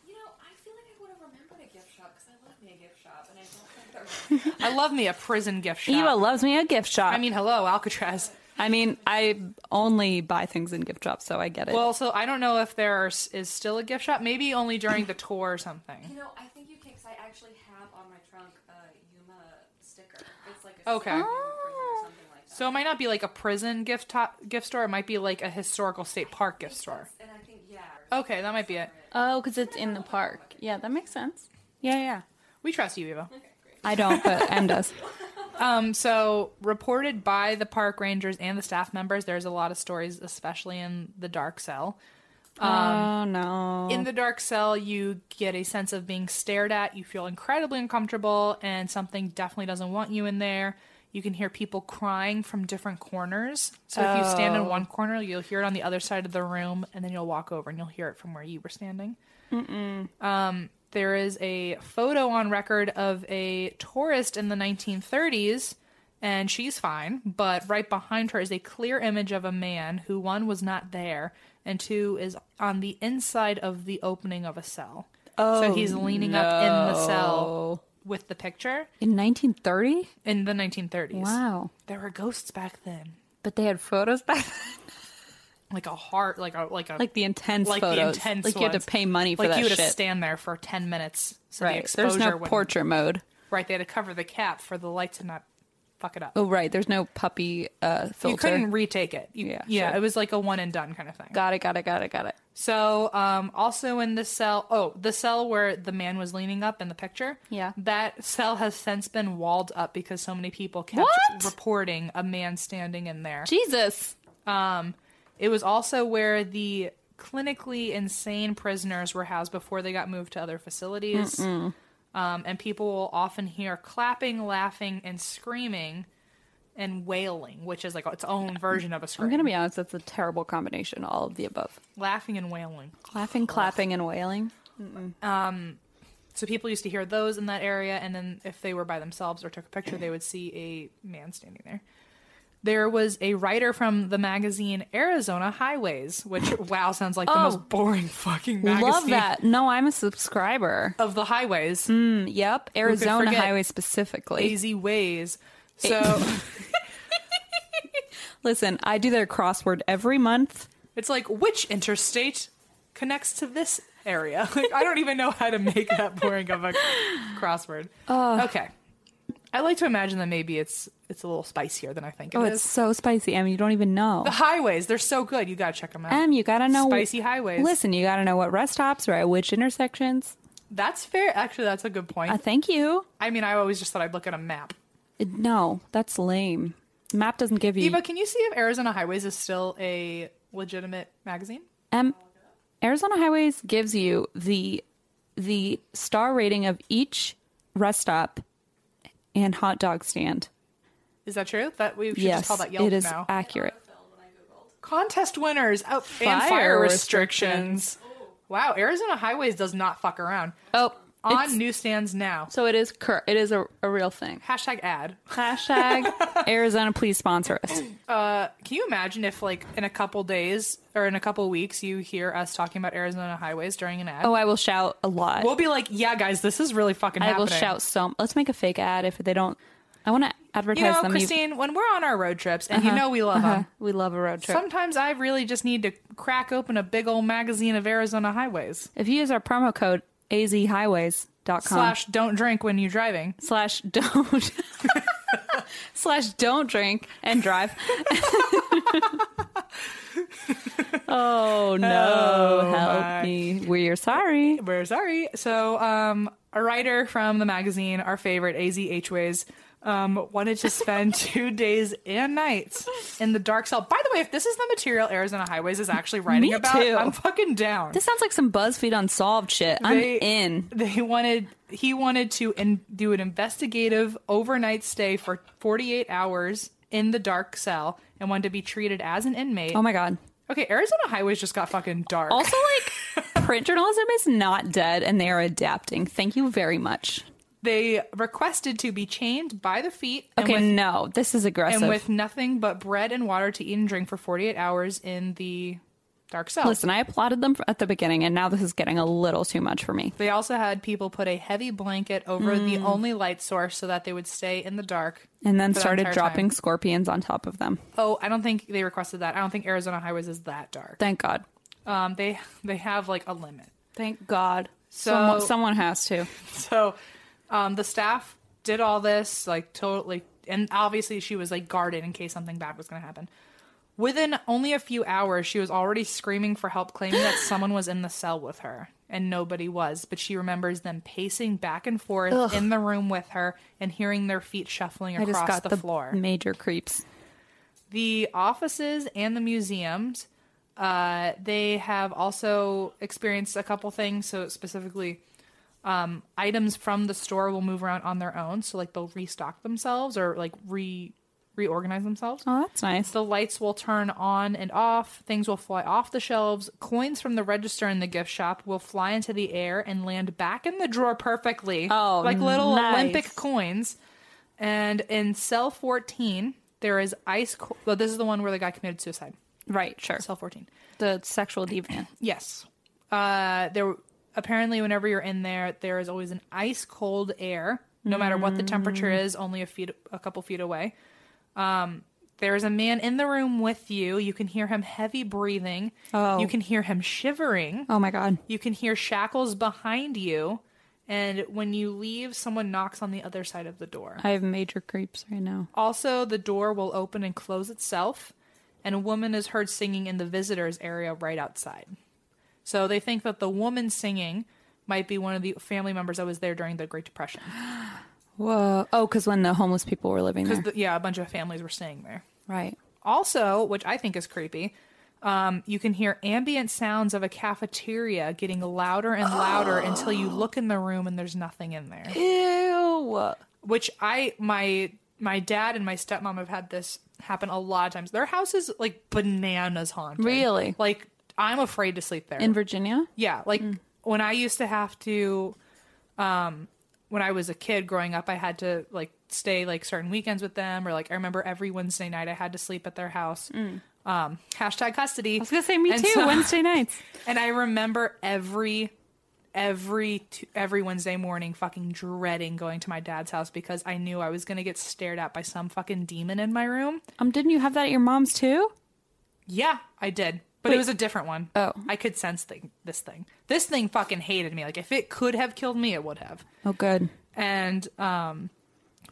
You know, I feel like I would have remembered a gift shop because I love me a gift shop, and I don't think there
I love me a prison gift shop.
Eva loves me a gift shop.
I mean, hello, Alcatraz.
I mean, I only buy things in gift shops, so I get it.
Well, so I don't know if there are, is still a gift shop. Maybe only during the tour or
You
something.
know, I think you can because I actually have on my trunk a Yuma sticker. It's like a
Okay.
sticker or something like that.
So it might not be like a prison gift top, gift store. It might be like a historical state park gift store.
And I think yeah,
Okay, that might be it.
Oh, because it's in the park. Yeah, that makes sense.
Yeah, yeah.
We trust you, Eva.
I don't, but M does.
Um, so reported by the park rangers and the staff members, there's a lot of stories, especially in the dark cell.
oh no.
In the dark cell, you get a sense of being stared at. You feel incredibly uncomfortable, and something definitely doesn't want you in there. You can hear people crying from different corners. So if you stand in one corner, you'll hear it on the other side of the room, and then you'll walk over and you'll hear it from where you were standing. Um, there is a photo on record of a tourist in the 1930s, and she's fine. But right behind her is a clear image of a man who, one, was not there, and two, is on the inside of the opening of a cell. Oh, so he's leaning up in the cell with the picture
In 1930?
in the 1930s.
Wow.
There were ghosts back then.
But they had photos back then.
Like a heart, like a like a
Like the intense
like
photos.
the intense
like you had to
ones.
pay money for
like
that
you had
shit.
to stand there for ten minutes. So the
right.
exposure
There's no
wouldn't-
portrait mode.
Right, they had to cover the cap for the light to not fuck it up.
Oh, right. There's no puppy uh, filter.
You couldn't retake it. You-
Yeah,
yeah,
sure.
it was like a one and done kind of thing.
Got it. Got it. Got it. Got it.
So, um, also in the cell, oh, the cell where the man was leaning up in the picture.
Yeah.
That cell has since been walled up because so many people kept
What?
reporting a man standing in there.
Jesus.
Um, it was also where the clinically insane prisoners were housed before they got moved to other facilities. Um, and people will often hear clapping, laughing, and screaming and wailing, which is like its own version of a scream.
I'm gonna be honest. That's a terrible combination. All of the above.
laughing and wailing.
Laughing, clapping, and wailing.
So people used to hear those in that area, and then if they were by themselves or took a picture, they would see a man standing there. There was a writer from the magazine Arizona Highways, which wow sounds like the most boring fucking magazine
Oh. Love that. No, I'm a subscriber. Um,
of the highways.
Yep, Arizona
forget?
Highway specifically.
Easy ways. So
Listen, I do their crossword every month.
it's like which interstate connects to this area? Like I don't even know how to make that boring of a crossword. okay. I like to imagine that maybe it's it's a little spicier than I think it
Oh,
is.
it's so spicy, Em. You don't even know.
The highways, they're so good. You got to check them out.
Em, you gotta know
Spicy highways.
Listen, you gotta know what rest stops are at which intersections.
That's fair. Actually, that's a good point.
Uh, thank you.
I mean, I always just thought I'd look at a map.
It- No, that's lame. Map doesn't give you
Eva, can you see if Arizona Highways is still a legitimate magazine?
Um, Arizona Highways gives you the the star rating of each rest stop and hot dog stand.
Is that true? That we should just
yes,
call that Yelp
it is
now.
accurate.
Contest winners oh, and
Fire
fire restrictions. Wow, Arizona Highways does not fuck around.
Oh, it's-
On newsstands now.
so it is. Cur- it is a, a real thing.
Hashtag ad.
Hashtag Arizona, please sponsor us.
Can you imagine if, like, in a couple days or in a couple weeks, you hear us talking about Arizona Highways during an ad?
Oh, I will shout a lot.
We'll be like, yeah, guys, this is really fucking
I
happening.
will shout so. Let's make a fake ad if they don't. I want to advertise
You know,
them.
Christine, when we're on our road trips, and you know we love them,
we love a road Uh-huh. trip.
sometimes I really just need to crack open a big old magazine of Arizona highways.
if you use our promo code azhighways.com
Slash, don't drink when you're driving.
slash don't slash don't drink and drive. oh no! help me. We're sorry.
We're sorry. So, um, a writer from the magazine, our favorite, AZ Hways, um, wanted to spend two days and nights in the dark cell. By the way, if this is the material Arizona Highways is actually writing
Me
about,
too.
I'm fucking down.
This sounds like some BuzzFeed Unsolved shit. I'm
They-
in.
They wanted he wanted to in, do an investigative overnight stay for 48 hours in the dark cell and wanted to be treated as an inmate.
Oh my god.
okay, Arizona highways just got fucking dark.
Also, like, print journalism is not dead and they are adapting. Thank you very much.
they requested to be chained by the feet and
Okay,
with,
no, this is aggressive.
and with nothing but bread and water to eat and drink for 48 hours in the dark cell.
Listen, I applauded them at the beginning, and now this is getting a little too much for me.
They also had people put a heavy blanket over the only light source so that they would stay in the dark.
Mm. And then
for the
started
entire
dropping
time.
scorpions on top of them.
Oh, I don't think they requested that. I don't think Arizona highways is that dark.
Thank God.
um, they they have like a limit.
Thank God. So
So-
someone, someone has to.
So um, the staff did all this like totally, and obviously she was like guarded in case something bad was going to happen. Within only a few hours, she was already screaming for help, claiming that someone was in the cell with her, and nobody was. But she remembers them pacing back and forth in the room with her and hearing their feet shuffling
I
across
just got
the,
the
floor.
major creeps.
the offices and the museums uh, they have also experienced a couple things so specifically um, items from the store will move around on their own so like they'll restock themselves or like re reorganize themselves
Oh, that's nice.
the lights will turn on and off things will fly off the shelves coins from the register in the gift shop will fly into the air and land back in the drawer perfectly
Oh,
like little
nice.
olympic coins and in cell 14 there is ice co- well this is the one where the guy committed suicide
Right, sure.
cell 14
the sexual deviant.
yes uh there apparently whenever you're in there there is always an ice cold air no matter what the temperature is only a feet a couple feet away Um, there is a man in the room with you. You can hear him heavy breathing.
Oh.
You can hear him shivering.
Oh my god.
You can hear shackles behind you. And when you leave, someone knocks on the other side of the door.
I have major creeps right now.
Also, the door will open and close itself, and a woman is heard singing in the visitors area right outside. So they think that the woman singing might be one of the family members that was there during the Great Depression.
Whoa. Oh, because when the homeless people were living there.
Because, yeah, a bunch of families were staying there.
right.
Also, which I think is creepy, um, you can hear ambient sounds of a cafeteria getting louder and louder until you look in the room and there's nothing in there.
Ew.
Which I my my dad and my stepmom have had this happen a lot of times. Their house is like bananas haunted.
Really?
Like I'm afraid to sleep there.
In Virginia?
Yeah, like
Mm.
when I used to have to, um, when I was a kid growing up, I had to like stay like certain weekends with them, or like I remember every Wednesday night I had to sleep at their house. Um, hashtag custody.
Mm. I was gonna say me
And
too.
so-
Wednesday nights.
and I remember every every t- every Wednesday morning fucking dreading going to my dad's house because I knew I was going to get stared at by some fucking demon in my room.
Um, didn't you have that at your mom's too?
Yeah, I did. But it was a different one.
Oh.
I could sense thing, this thing. This thing fucking hated me. Like if it could have killed me, it would have.
Oh, good.
and um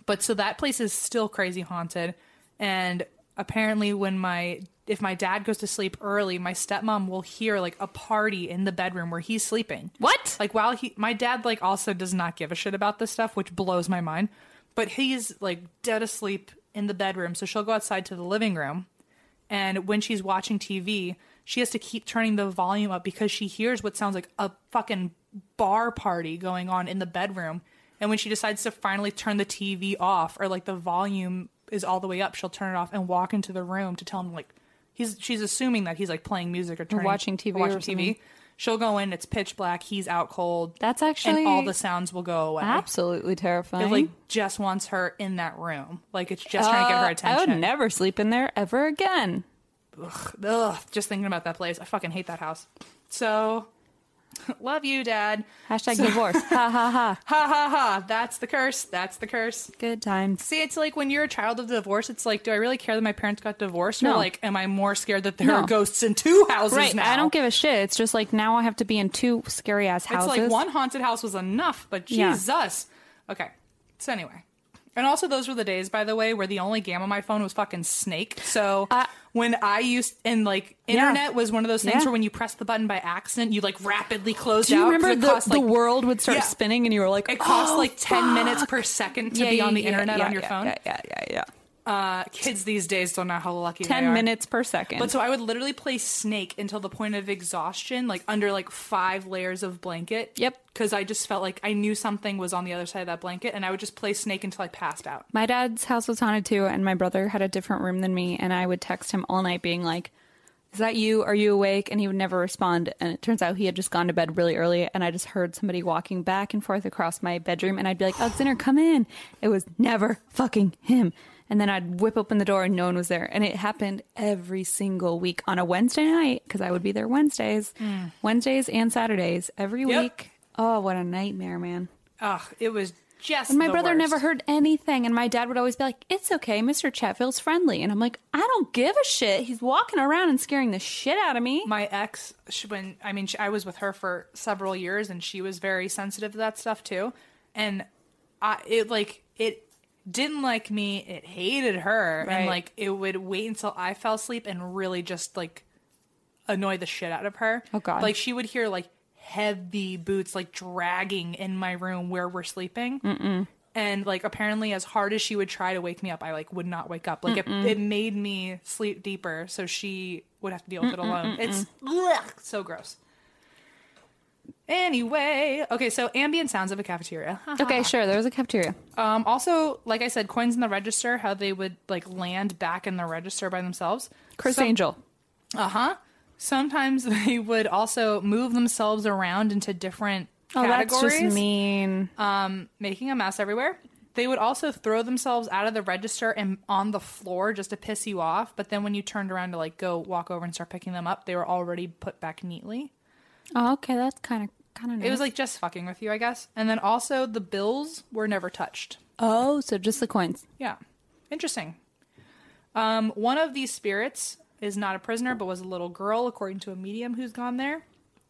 but so that place is still crazy haunted and apparently when my if my dad goes to sleep early my stepmom will hear like a party in the bedroom where he's sleeping
What?
like while he my dad like also does not give a shit about this stuff which blows my mind but he's like dead asleep in the bedroom so she'll go outside to the living room and when she's watching tv she has to keep turning the volume up because she hears what sounds like a fucking bar party going on in the bedroom and when she decides to finally turn the tv off or like the volume is all the way up she'll turn it off and walk into the room to tell him like he's she's assuming that he's like playing music or turning,
watching TV
watching
or
tv she'll go in it's pitch black he's out cold
That's actually
and all the sounds will go away.
absolutely terrifying.
It like just wants her in that room. Like it's just trying to get her
Uh, I would
attention.
never sleep in there ever again.
Ugh, just thinking about that place. I fucking hate that house. So love you, Dad.
Hashtag divorce. ha ha ha.
Ha ha ha. That's the curse. That's the curse.
Good times.
See, it's like when you're a child of divorce, it's like, do I really care that my parents got divorced? Or
No.
like, am I more scared that there
No.
are ghosts in two houses
Right.
now?
I don't give a shit. It's just like now I have to be in two scary ass
It's
houses.
like one haunted house was enough, but
Yeah.
Jesus. Okay. So anyway. And also those were the days, by the way, where the only game on my phone was fucking Snake. So
I-
when I used and like internet was one of those things
Uh, Yeah.
where when you press the button by accident, you like rapidly closed
Do you
out. 'cause
remember
it
the,
cost,
the
like,
world would start
Yeah.
spinning and you were like,
It costs
"Oh,
like ten
fuck."
minutes per second to
Yeah,
be
yeah,
on the
yeah,
internet
yeah,
on your
yeah,
phone.
Yeah, yeah, yeah, yeah.
Uh, kids these days don't know how lucky they
Ten
are.
minutes per second.
But so I would literally play Snake until the point of exhaustion, like under like five layers of blanket.
Yep.
Because I just felt like I knew something was on the other side of that blanket, and I would just play Snake until I passed out.
My dad's house was haunted too, and my brother had a different room than me, and I would text him all night being like, Is that you? Are you awake? And he would never respond. And it turns out he had just gone to bed really early, and I just heard somebody walking back and forth across my bedroom, and I'd be like, Alexander, come in. It was never fucking him. And then I'd whip open the door and no one was there. And it happened every single week on a Wednesday night because I would be there Wednesdays, Wednesdays and Saturdays every
Yep.
week. Oh, what a nightmare, man.
Ugh, it was just.
And my
the
brother
worst.
never heard anything. And my dad would always be like, It's okay. Mr. Chatfield's friendly. And I'm like, I don't give a shit. He's walking around and scaring the shit out of me.
My ex, she, when I mean, she, I was with her for several years, and she was very sensitive to that stuff too. And I, it like it didn't like me. It hated her, and
Right.
like it would wait until I fell asleep and really just like annoy the shit out of her.
Oh, God.
Like she would hear like heavy boots like dragging in my room where we're sleeping. And like apparently, as hard as she would try to wake me up, I like would not wake up. Like it, it made me sleep deeper, so she would have to deal with it alone. It's ugh, so gross. Anyway, okay, so ambient sounds of a cafeteria.
Okay, sure. There was a cafeteria.
Um, also, like I said, coins in the register, how they would like land back in the register by themselves.
Chris Angel.
Uh huh. Sometimes they would also move themselves around into different categories,
Oh, mean.
Um, making a mess everywhere. They would also throw themselves out of the register and on the floor just to piss you off. But then when you turned around to like go walk over and start picking them up, they were already put back neatly.
Oh, okay, that's kind of kind of. Nice.
It was like just fucking with you, I guess. And then also the bills were never touched.
oh, so just the coins.
Yeah. Interesting. Um, one of these spirits is not a prisoner, but was a little girl, according to a medium who's gone there.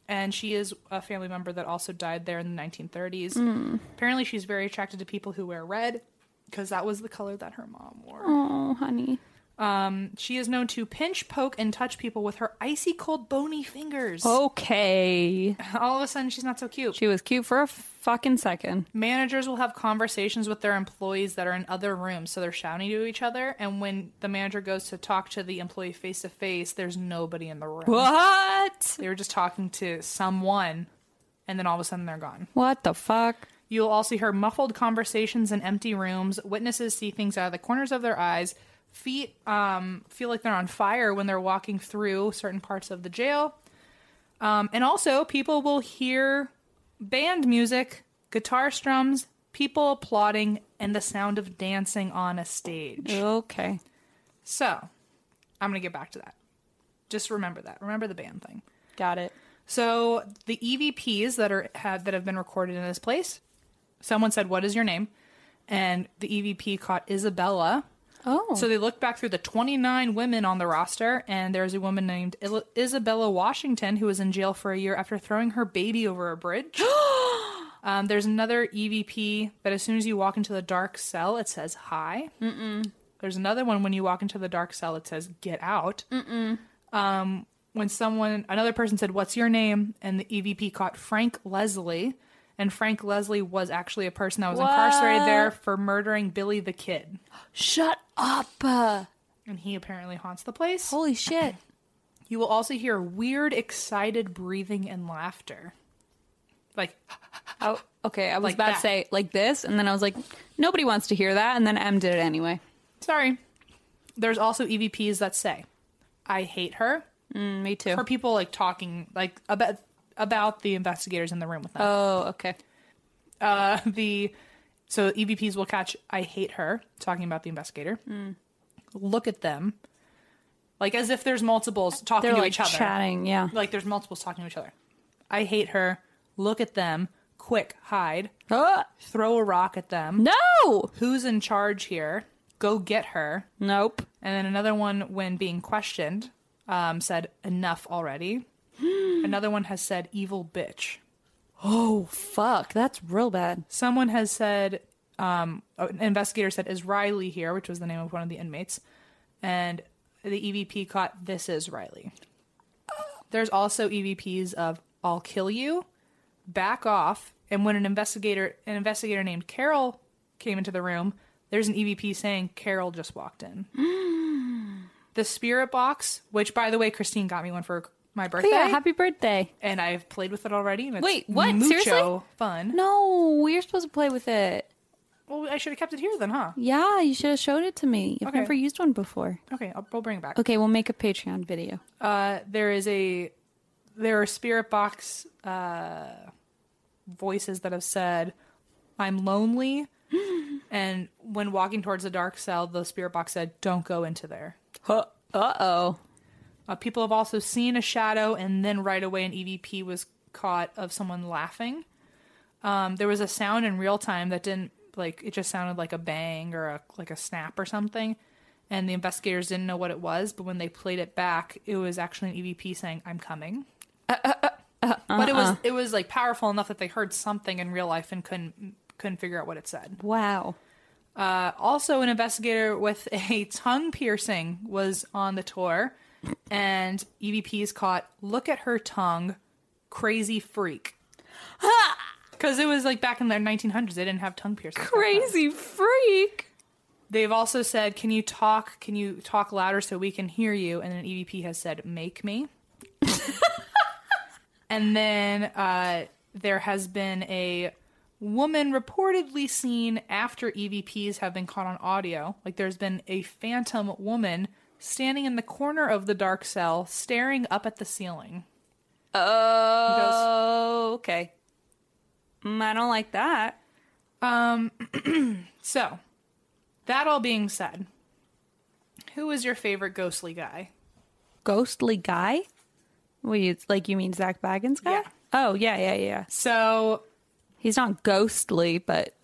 And she is a family member that also died there in the 1930s. Apparently, she's very attracted to people who wear red because that was the color that her mom wore.
Oh, honey.
Um, she is known to pinch, poke, and touch people with her icy cold bony fingers.
Oh. Okay,
All of a sudden, she's not so cute.
she was cute for a fucking second.
managers will have conversations with their employees that are in other rooms so they're shouting to each other and when the manager goes to talk to the employee face to face there's nobody in the room
What?
they were just talking to someone and then all of a sudden they're gone
What the fuck?
you'll also hear muffled conversations in empty rooms witnesses see things out of the corners of their eyes feet um, feel like they're on fire when they're walking through certain parts of the jail um, and also, people will hear band music, guitar strums, people applauding, and the sound of dancing on a stage.
Okay.
So, I'm going to get back to that. Just remember that. Remember the band thing.
Got it.
So, the EVPs that are have, that have been recorded in this place, someone said, "What is your name?" And the EVP caught Isabella.
Oh.
So they looked back through the 29 women on the roster, and there's a woman named Il- Isabella Washington who was in jail for a year after throwing her baby over a bridge. um, there's another EVP that as soon as you walk into the dark cell, it says hi. Mm-mm. There's another one when you walk into the dark cell, it says get out. Mm-mm. Um, when someone, another person said, What's your name? And the EVP caught Frank Leslie. And Frank Leslie was actually a person that was incarcerated there for murdering Billy the Kid
Shut up. Uh,
and he apparently haunts the place.
holy shit.
You will also hear weird, excited breathing and laughter. Like,
Oh, okay. I was
Like
about
that.
to say like this, and then I was like, nobody wants to hear that, and then M did it anyway.
sorry. There's also EVPs that say, I hate her.
Me too.
For people like talking like about about the investigators in the room with them.
oh, okay.
uh, the so EVPs will catch I hate her talking about the investigator. Look at them. Like as if there's multiples talking
They're
to
like
each other.
chatting. Yeah.
Like there's multiples talking to each other. I hate her. Look at them. Quick, hide.
Ah,
Throw a rock at them.
no.
Who's in charge here? Go get her.
Nope.
And then another one, when being questioned, um, said enough already. another one has said evil bitch.
Oh fuck, that's real bad.
Someone has said, um, an investigator said, is Riley here? Which was the name of one of the inmates. And the EVP caught, this is Riley. There's also EVPs of, I'll kill you, back off. And when an investigator, an investigator named Carol came into the room, there's an EVP saying, Carol just walked in. the spirit box, which by the way, Christine got me one for my birthday.
Oh, yeah, happy birthday.
and I've played with it already. And it's
Wait, what?
mucho
Seriously?
Fun.
No, we were supposed to play with it.
Well, I should have kept it here then, huh?
Yeah, you should have showed it to me. I've
Okay.
never used one before.
Okay, I'll, I'll bring it back.
Okay, we'll make a Patreon video.
Uh, there is a there are spirit box uh, voices that have said, "I'm lonely," and when walking towards the dark cell, the spirit box said, "Don't go into there."
Uh oh.
Uh, people have also seen a shadow, and then right away, an EVP was caught of someone laughing. Um, there was a sound in real time that didn't like it; just sounded like a bang or a, like a snap or something. And the investigators didn't know what it was, but when they played it back, it was actually an EVP saying, "I'm coming." But it was it was like powerful enough that they heard something in real life and couldn't couldn't figure out what it said.
Wow.
Uh, also, an investigator with a tongue piercing was on the tour, and E EVPs caught "Look at her tongue, crazy freak," because it was like back in the 1900s. They didn't have tongue piercings.
Crazy freak.
They've also said, "Can you talk? Can you talk louder so we can hear you?" And an EVP has said, "Make me." and then uh, there has been a woman reportedly seen after EVPs have been caught on audio. Like there's been a phantom woman standing in the corner of the dark cell, staring up at the ceiling.
Oh, okay. Mm, I don't like that.
So, that all being said, who is your favorite ghostly guy?
Ghostly guy? Well, you like you mean Zach Baggins guy?
Yeah.
Oh yeah, yeah, yeah.
So
He's not ghostly, but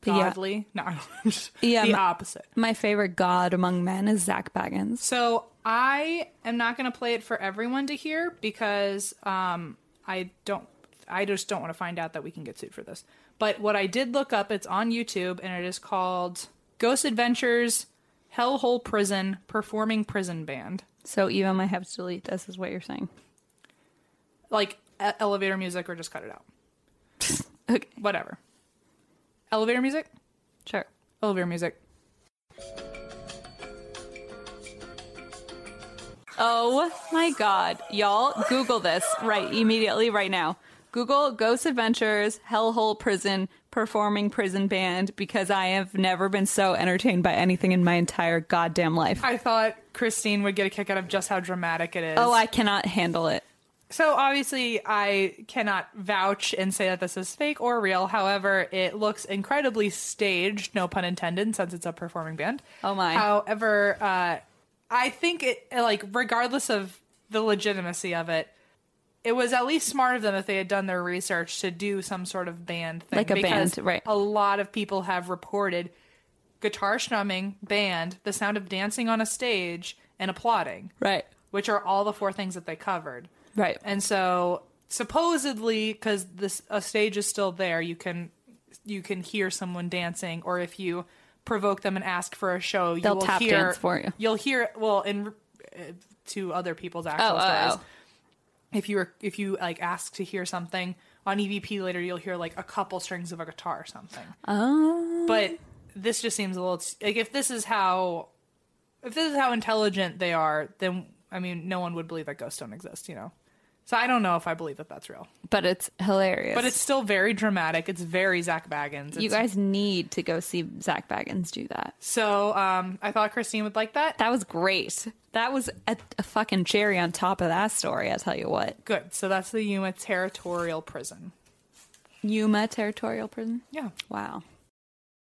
but yeah.
godly. No, I'm just-
Yeah,
the
my-
opposite.
My favorite god among men is Zach Baggins.
So I am not going to play it for everyone to hear because um, I don't. I just don't want to find out that we can get sued for this. But what I did look up, it's on YouTube, and it is called Ghost Adventures Hellhole Prison Performing Prison Band.
So even might have to delete this, is what you're saying.
Like e- elevator music, or just cut it out.
Okay,
Whatever. Elevator music.
sure.
Elevator music.
Oh my god, y'all! Google this right immediately, right now. Google Ghost Adventures Hellhole Prison Performing Prison Band because I have never been so entertained by anything in my entire goddamn life.
I thought Christine would get a kick out of just how dramatic it is.
Oh, I cannot handle it.
So obviously, I cannot vouch and say that this is fake or real. However, it looks incredibly staged, no pun intended, since it's a performing band.
Oh my.
However, uh, I think it like regardless of the legitimacy of it, it was at least smart of them if they had done their research to do some sort of band thing.
Like a
because
band, right.
A lot of people have reported guitar strumming, band, the sound of dancing on a stage, and applauding
Right.
which are all the four things that they covered.
Right.
And so supposedly cuz this a stage is still there, you can you can hear someone dancing or if you provoke them and ask for a show, you
They'll
will
tap
hear
dance for you.
You'll hear well in uh, to other people's actual
Oh, oh,
stories.
oh.
If you were if you like ask to hear something on EVP later, you'll hear like a couple strings of a guitar or something.
Oh.
But this just seems a little like if this is how if this is how intelligent they are, then I mean, no one would believe that ghosts don't exist, you know. So I don't know if I believe that that's real,
But it's hilarious.
but it's still very dramatic. It's very Zach Baggins. It's-
you guys need to go see Zach Baggins do that.
So um, I thought Christine would like that.
That was great. That was a, a fucking cherry on top of that story. I tell you what,
Good. So that's the Yuma Territorial Prison.
Yuma Territorial Prison.
Yeah.
Wow.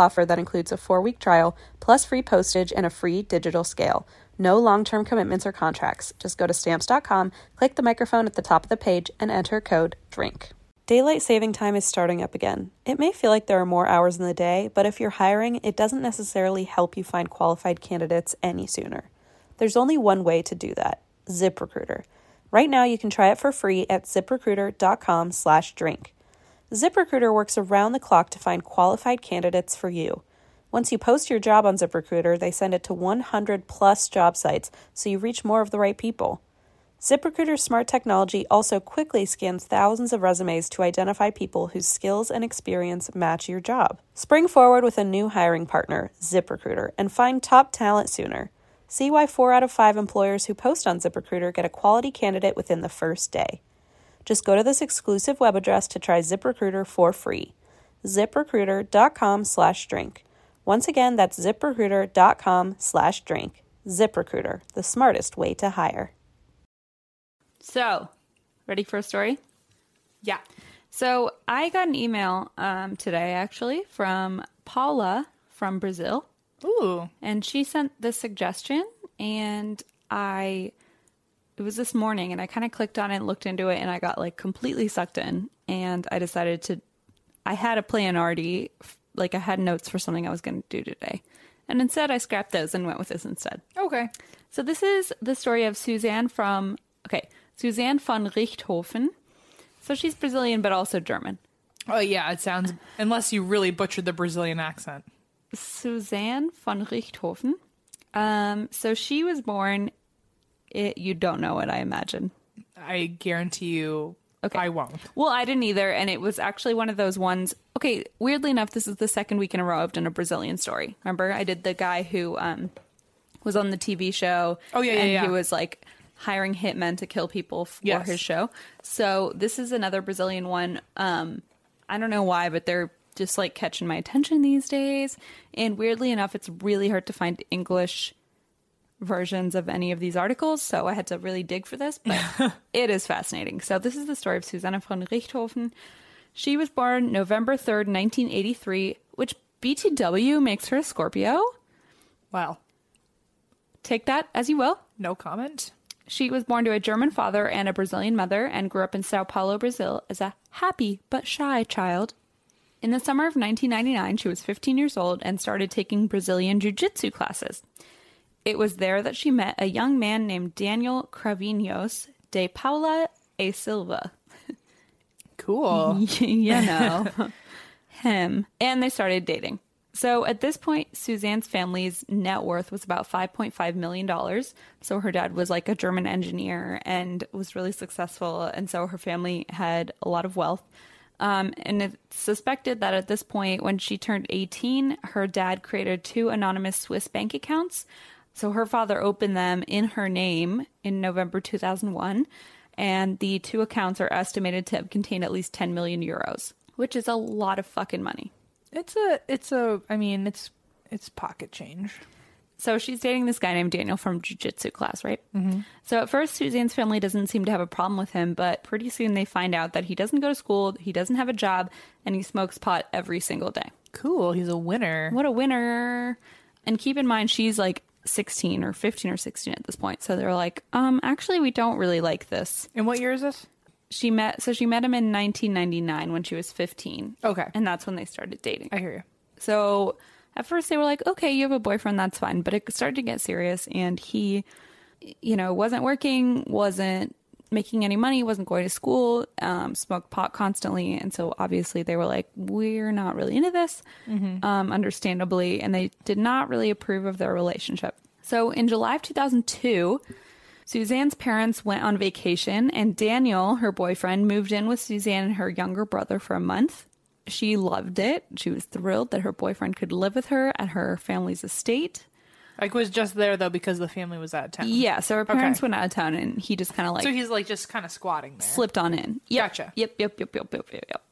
offer that includes a four week trial, plus free postage and a free digital scale. No long term commitments or contracts. Just go to stamps.com, click the microphone at the top of the page, and enter code DRINK. Daylight saving time is starting up again. It may feel like there are more hours in the day, but if you're hiring, it doesn't necessarily help you find qualified candidates any sooner. There's only one way to do that ZipRecruiter. Right now, you can try it for free at ziprecruiter.com slash drink. ZipRecruiter works around the clock to find qualified candidates for you. Once you post your job on ZipRecruiter, they send it to 100 plus job sites so you reach more of the right people. ZipRecruiter's smart technology also quickly scans thousands of resumes to identify people whose skills and experience match your job. Spring forward with a new hiring partner, ZipRecruiter, and find top talent sooner. See why 4 out of 5 employers who post on ZipRecruiter get a quality candidate within the first day. Just go to this exclusive web address to try ZipRecruiter for free. ZipRecruiter.com slash drink. Once again, that's ZipRecruiter.com slash drink. ZipRecruiter, the smartest way to hire.
So, ready for a story?
Yeah.
So, I got an email um, today actually from Paula from Brazil,
Ooh.
and she sent this suggestion, and I it was this morning, and I kind of clicked on it, looked into it, and I got like completely sucked in, and I decided to. I had a plan already, f- like I had notes for something I was going to do today, and instead I scrapped those and went with this instead.
Okay.
So this is the story of Suzanne from okay, Suzanne von Richthofen. So she's Brazilian but also German.
Oh yeah, it sounds unless you really butchered the Brazilian accent.
Suzanne von Richthofen. Um, so she was born. It, you don't know it, I imagine.
I guarantee you
Okay.
I won't.
Well, I didn't either, and it was actually one of those ones. Okay, weirdly enough, this is the second week in a row I've done a Brazilian story. Remember, I did the guy who um, was on the TV show.
Oh, yeah, yeah,
and
yeah.
He was like hiring hitmen to kill people for
Yes.
his show. So this is another Brazilian one. Um, I don't know why, but they're just like catching my attention these days. And weirdly enough, it's really hard to find English versions of any of these articles, so I had to really dig for this, but it is fascinating. So this is the story of Susanne von Richthofen. She was born November 3rd, 1983, which BTW makes her a Scorpio.
Well,
Take that as you will.
no comment.
She was born to a German father and a Brazilian mother and grew up in Sao Paulo, Brazil, as a happy but shy child. In the summer of 1999, she was 15 years old and started taking Brazilian jiu jitsu classes. It was there that she met a young man named Daniel Cravinhos de Paula e Silva.
Cool.
you know, him. And they started dating. So at this point, Suzanne's family's net worth was about $5.5 million. So her dad was like a German engineer and was really successful. And so her family had a lot of wealth. Um, and it's suspected that at this point, when she turned 18, her dad created two anonymous Swiss bank accounts. So her father opened them in her name in November 2001 and the two accounts are estimated to have contained at least 10 million euros, which is a lot of fucking money.
It's a it's a I mean, it's it's pocket change.
So she's dating this guy named Daniel from jujitsu class, right? Mm-hmm. So at first, Suzanne's family doesn't seem to have a problem with him, but pretty soon they find out that he doesn't go to school, he doesn't have a job, and he smokes pot every single day.
Cool, he's a winner.
What a winner. And keep in mind, she's like 16 or 15 or 16 at this point. So they're like, um, actually, we don't really like this.
And what year is this?
She met, so she met him in 1999 when she was 15.
Okay.
And that's when they started dating.
I hear you.
So at first they were like, okay, you have a boyfriend, that's fine. But it started to get serious, and he, you know, wasn't working, wasn't making any money, wasn't going to school, um, smoked pot constantly. And so obviously they were like, we're not really into this, um, understandably. And they did not really approve of their relationship. So in July of 2002, Suzanne's parents went on vacation, and Daniel, her boyfriend, moved in with Suzanne and her younger brother for a month. She loved it. She was thrilled that her boyfriend could live with her at her family's estate.
Like was just there though because the family was out of town.
Yeah, so her parents
Okay.
went out of town, and he just kind of like
So he's like just kind of squatting there.
slipped on in. Yep.
Gotcha.
Yep, yep, yep, yep, yep, yep, yep.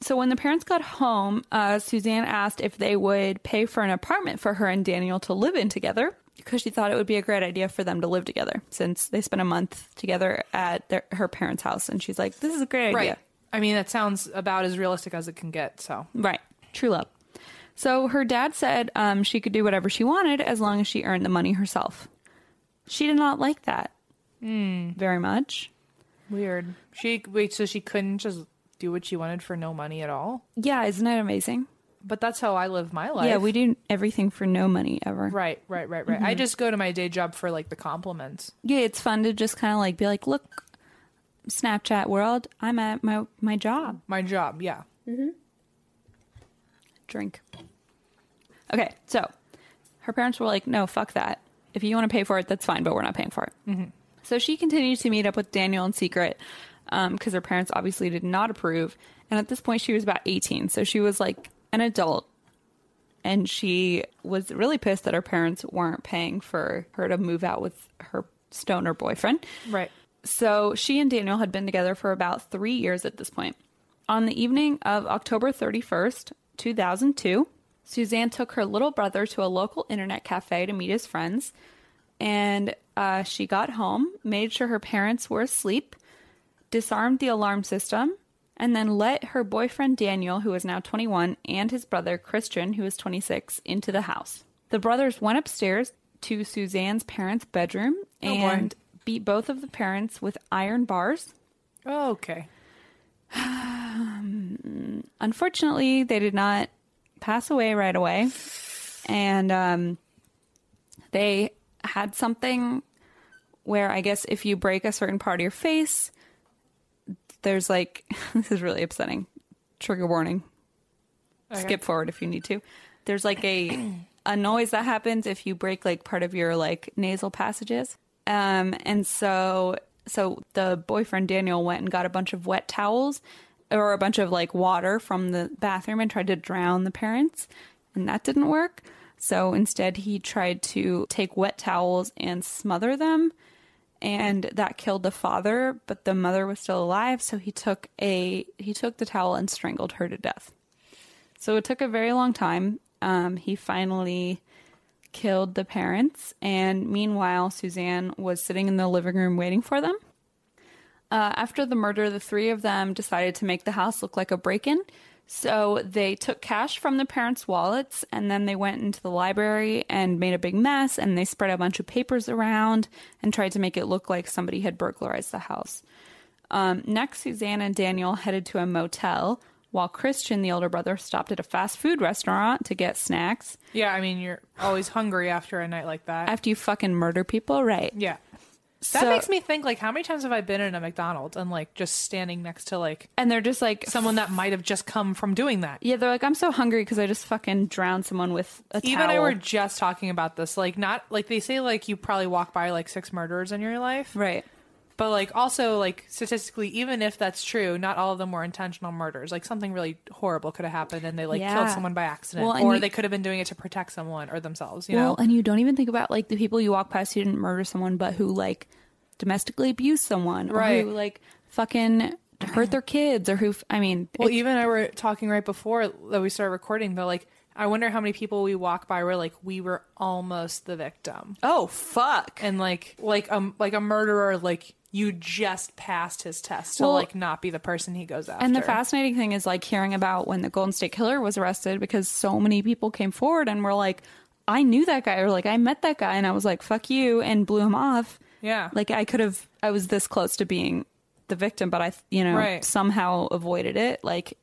So when the parents got home, uh, Suzanne asked if they would pay for an apartment for her and Daniel to live in together because she thought it would be a great idea for them to live together since they spent a month together at their, her parents' house. And she's like, this is a great
Right.
idea.
I mean, that sounds about as realistic as it can get. So
Right. True love. So her dad said um, she could do whatever she wanted as long as she earned the money herself. She did not like that very much.
weird. She wait, so she couldn't just do what she wanted for no money at all.
Yeah, isn't that amazing?
But that's how I live my life.
Yeah, we do everything for no money ever.
Right, right, right, right. I
Mm-hmm.
just go to my day job for like the compliments.
yeah, it's fun to just kind of like be like, look, Snapchat world, I'm at my my job.
My job, yeah.
Drink. Okay, so her parents were like, no, fuck that. If you want to pay for it, that's fine, but we're not paying for it. So she continued to meet up with Daniel in secret because her parents obviously did not approve. And at this point, she was about 18. So she was like an adult. And she was really pissed that her parents weren't paying for her to move out with her stoner boyfriend.
Right.
So she and Daniel had been together for about three years at this point. On the evening of October 31st, 2002, Suzanne took her little brother to a local internet cafe to meet his friends. And uh, she got home, made sure her parents were asleep, disarmed the alarm system, and then let her boyfriend Daniel, who was now 21, and his brother Christian, who was 26, into the house. The brothers went upstairs to Suzanne's parents' bedroom and beat both of the parents with iron bars.
Oh, Okay.
Unfortunately, they did not pass away right away. And um, they had something where I guess if you break a certain part of your face, there's like, this is really upsetting. Trigger warning. Skip forward if you need to. There's like a a noise that happens if you break like part of your like nasal passages. Um and so so the boyfriend Daniel went and got a bunch of wet towels or a bunch of like water from the bathroom and tried to drown the parents and that didn't work. So instead he tried to take wet towels and smother them and that killed the father, but the mother was still alive, so he took a he took the towel and strangled her to death. So it took a very long time. Um, he finally killed the parents, and meanwhile, Suzanne was sitting in the living room waiting for them. Uh, after the murder, the three of them decided to make the house look like a break in. So they took cash from the parents' wallets and then they went into the library and made a big mess and they spread a bunch of papers around and tried to make it look like somebody had burglarized the house. Um, next, Suzanne and Daniel headed to a motel while Christian, the older brother, stopped at a fast food restaurant to get snacks
Yeah, I mean, you're always hungry after a night like that.
after you fucking murder people, right?
yeah. That
So-
makes me think, like, how many times have I been in a McDonald's and, like, just standing next to, like,
And they're just like,
someone that might have just come from doing that?
yeah, they're like, I'm so hungry because I just fucking drowned someone with a
Eve
towel.
and I were just talking about this. Like, not like they say, like you probably walk by like six murderers in your life,
right.
but like also like statistically, even if that's true, not all of them were intentional murders. Like something really horrible could have happened, and they like killed
Yeah.
someone by accident,
Well, and
or
you-
they could have been doing it to protect someone or themselves. You
well,
know,
and you don't even think about like the people you walk past who didn't murder someone, but who like domestically abused someone,
Right.
Or who like fucking hurt their kids, or who f- I mean,
Well,
it-
Eve and I were talking right before that we started recording. They're like, I wonder how many people we walk by where like we were almost the victim,
oh fuck.
and like like um like a murderer like. You just passed his test to
Well-
like not be the person he goes after.
And the fascinating thing is like hearing about when the Golden State Killer was arrested because so many people came forward and were like, I knew that guy, or like, I met that guy, and I was like, fuck you, and blew him off.
Yeah.
Like, I could have, I was this close to being the victim, but I, you know,
Right.
somehow avoided it. Like,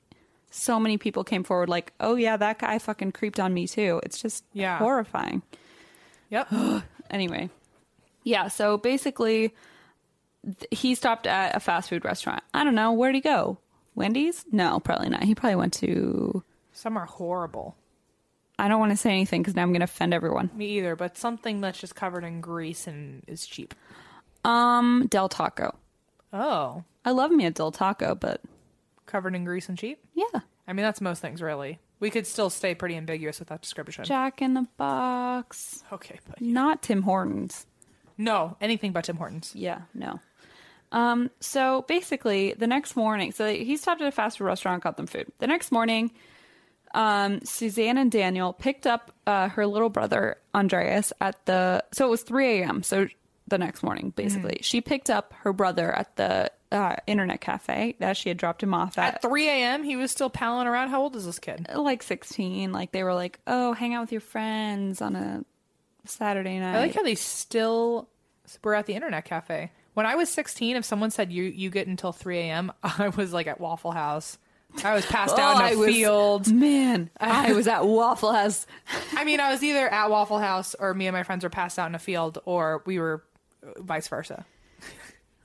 so many people came forward, like, oh yeah, that guy fucking creeped on me too. It's just
Yeah.
horrifying
Yep.
anyway yeah so basically th- he stopped at a fast food restaurant i don't know where'd he go wendy's no probably not he probably went to
Some are horrible.
i don't want to say anything because now i'm gonna offend everyone
Me either, but something that's just covered in grease and is cheap.
um del taco
Oh,
i love me a del taco but
covered in grease and cheap?
yeah
I mean, that's most things, really. We could still stay pretty ambiguous with that description.
jack in the box
Okay, but
not tim hortons
no, anything but Tim Hortons.
Yeah, no. Um, so basically, the next morning, so he stopped at a fast food restaurant, got them food. The next morning, um, Suzanne and Daniel picked up uh, her little brother Andreas at the. So it was 3 a.m. So the next morning, basically,
Mm-hmm.
she picked up her brother at the uh, internet cafe that she had dropped him off uh,
At 3 a.m., he was still palling around. How old is this kid?
like 16. Like they were like, "Oh, hang out with your friends on a Saturday night."
I like how they still were at the internet cafe. When I was 16, if someone said you you get until 3 a.m., I was like at Waffle House. I was passed out in a field.
Oh, man. I was at Waffle House.
I mean, I was either at Waffle House or me and my friends were passed out in a field, or we were uh, vice versa.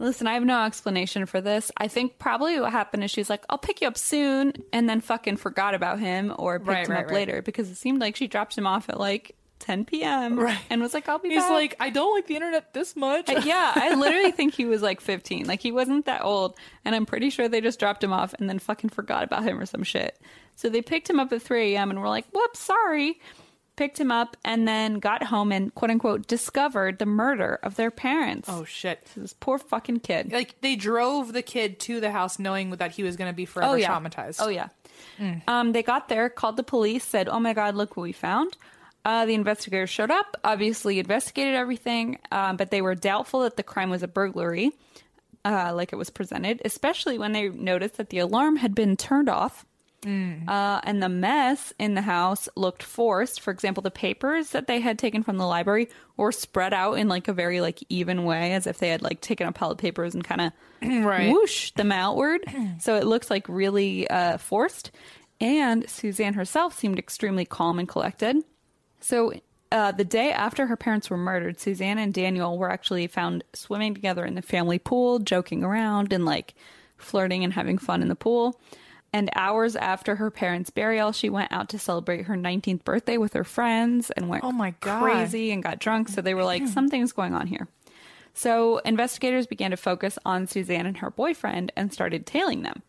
Listen, I have no explanation for this. I think probably what happened is she's like, I'll pick you up soon, and then fucking forgot about him or picked
Right,
him
right,
up
right.
later because it seemed like she dropped him off at like 10 p.m.
Right.
and was like, I'll be
He's
back.
like, I don't like the internet this much.
I- yeah, I literally think he was like 15. Like he wasn't that old, and I'm pretty sure they just dropped him off and then fucking forgot about him or some shit. So they picked him up at 3 a.m. and were like, "Whoops, sorry." Picked him up and then got home and quote unquote discovered the murder of their parents.
Oh shit.
this poor fucking kid.
Like they drove the kid to the house knowing that he was going to be forever traumatized. Mm.
Oh yeah. Um, they got there, called the police, said, "Oh my god, look what we found." Uh, the investigators showed up, obviously investigated everything, um, but they were doubtful that the crime was a burglary, uh, like it was presented, especially when they noticed that the alarm had been turned off. Uh, and the mess in the house looked forced. For example, the papers that they had taken from the library were spread out in like a very like even way, as if they had like taken a pile of papers and kind of
Right.
whoosh them outward. so it looks like really uh, forced. And Suzanne herself seemed extremely calm and collected. So uh, the day after her parents were murdered, Suzanne and Daniel were actually found swimming together in the family pool, joking around and like flirting and having fun in the pool. And hours after her parents' burial, she went out to celebrate her 19th birthday with her friends and went
Oh my God.
crazy and got drunk. So they were like, something's going on here. So investigators began to focus on Suzanne and her boyfriend and started tailing them.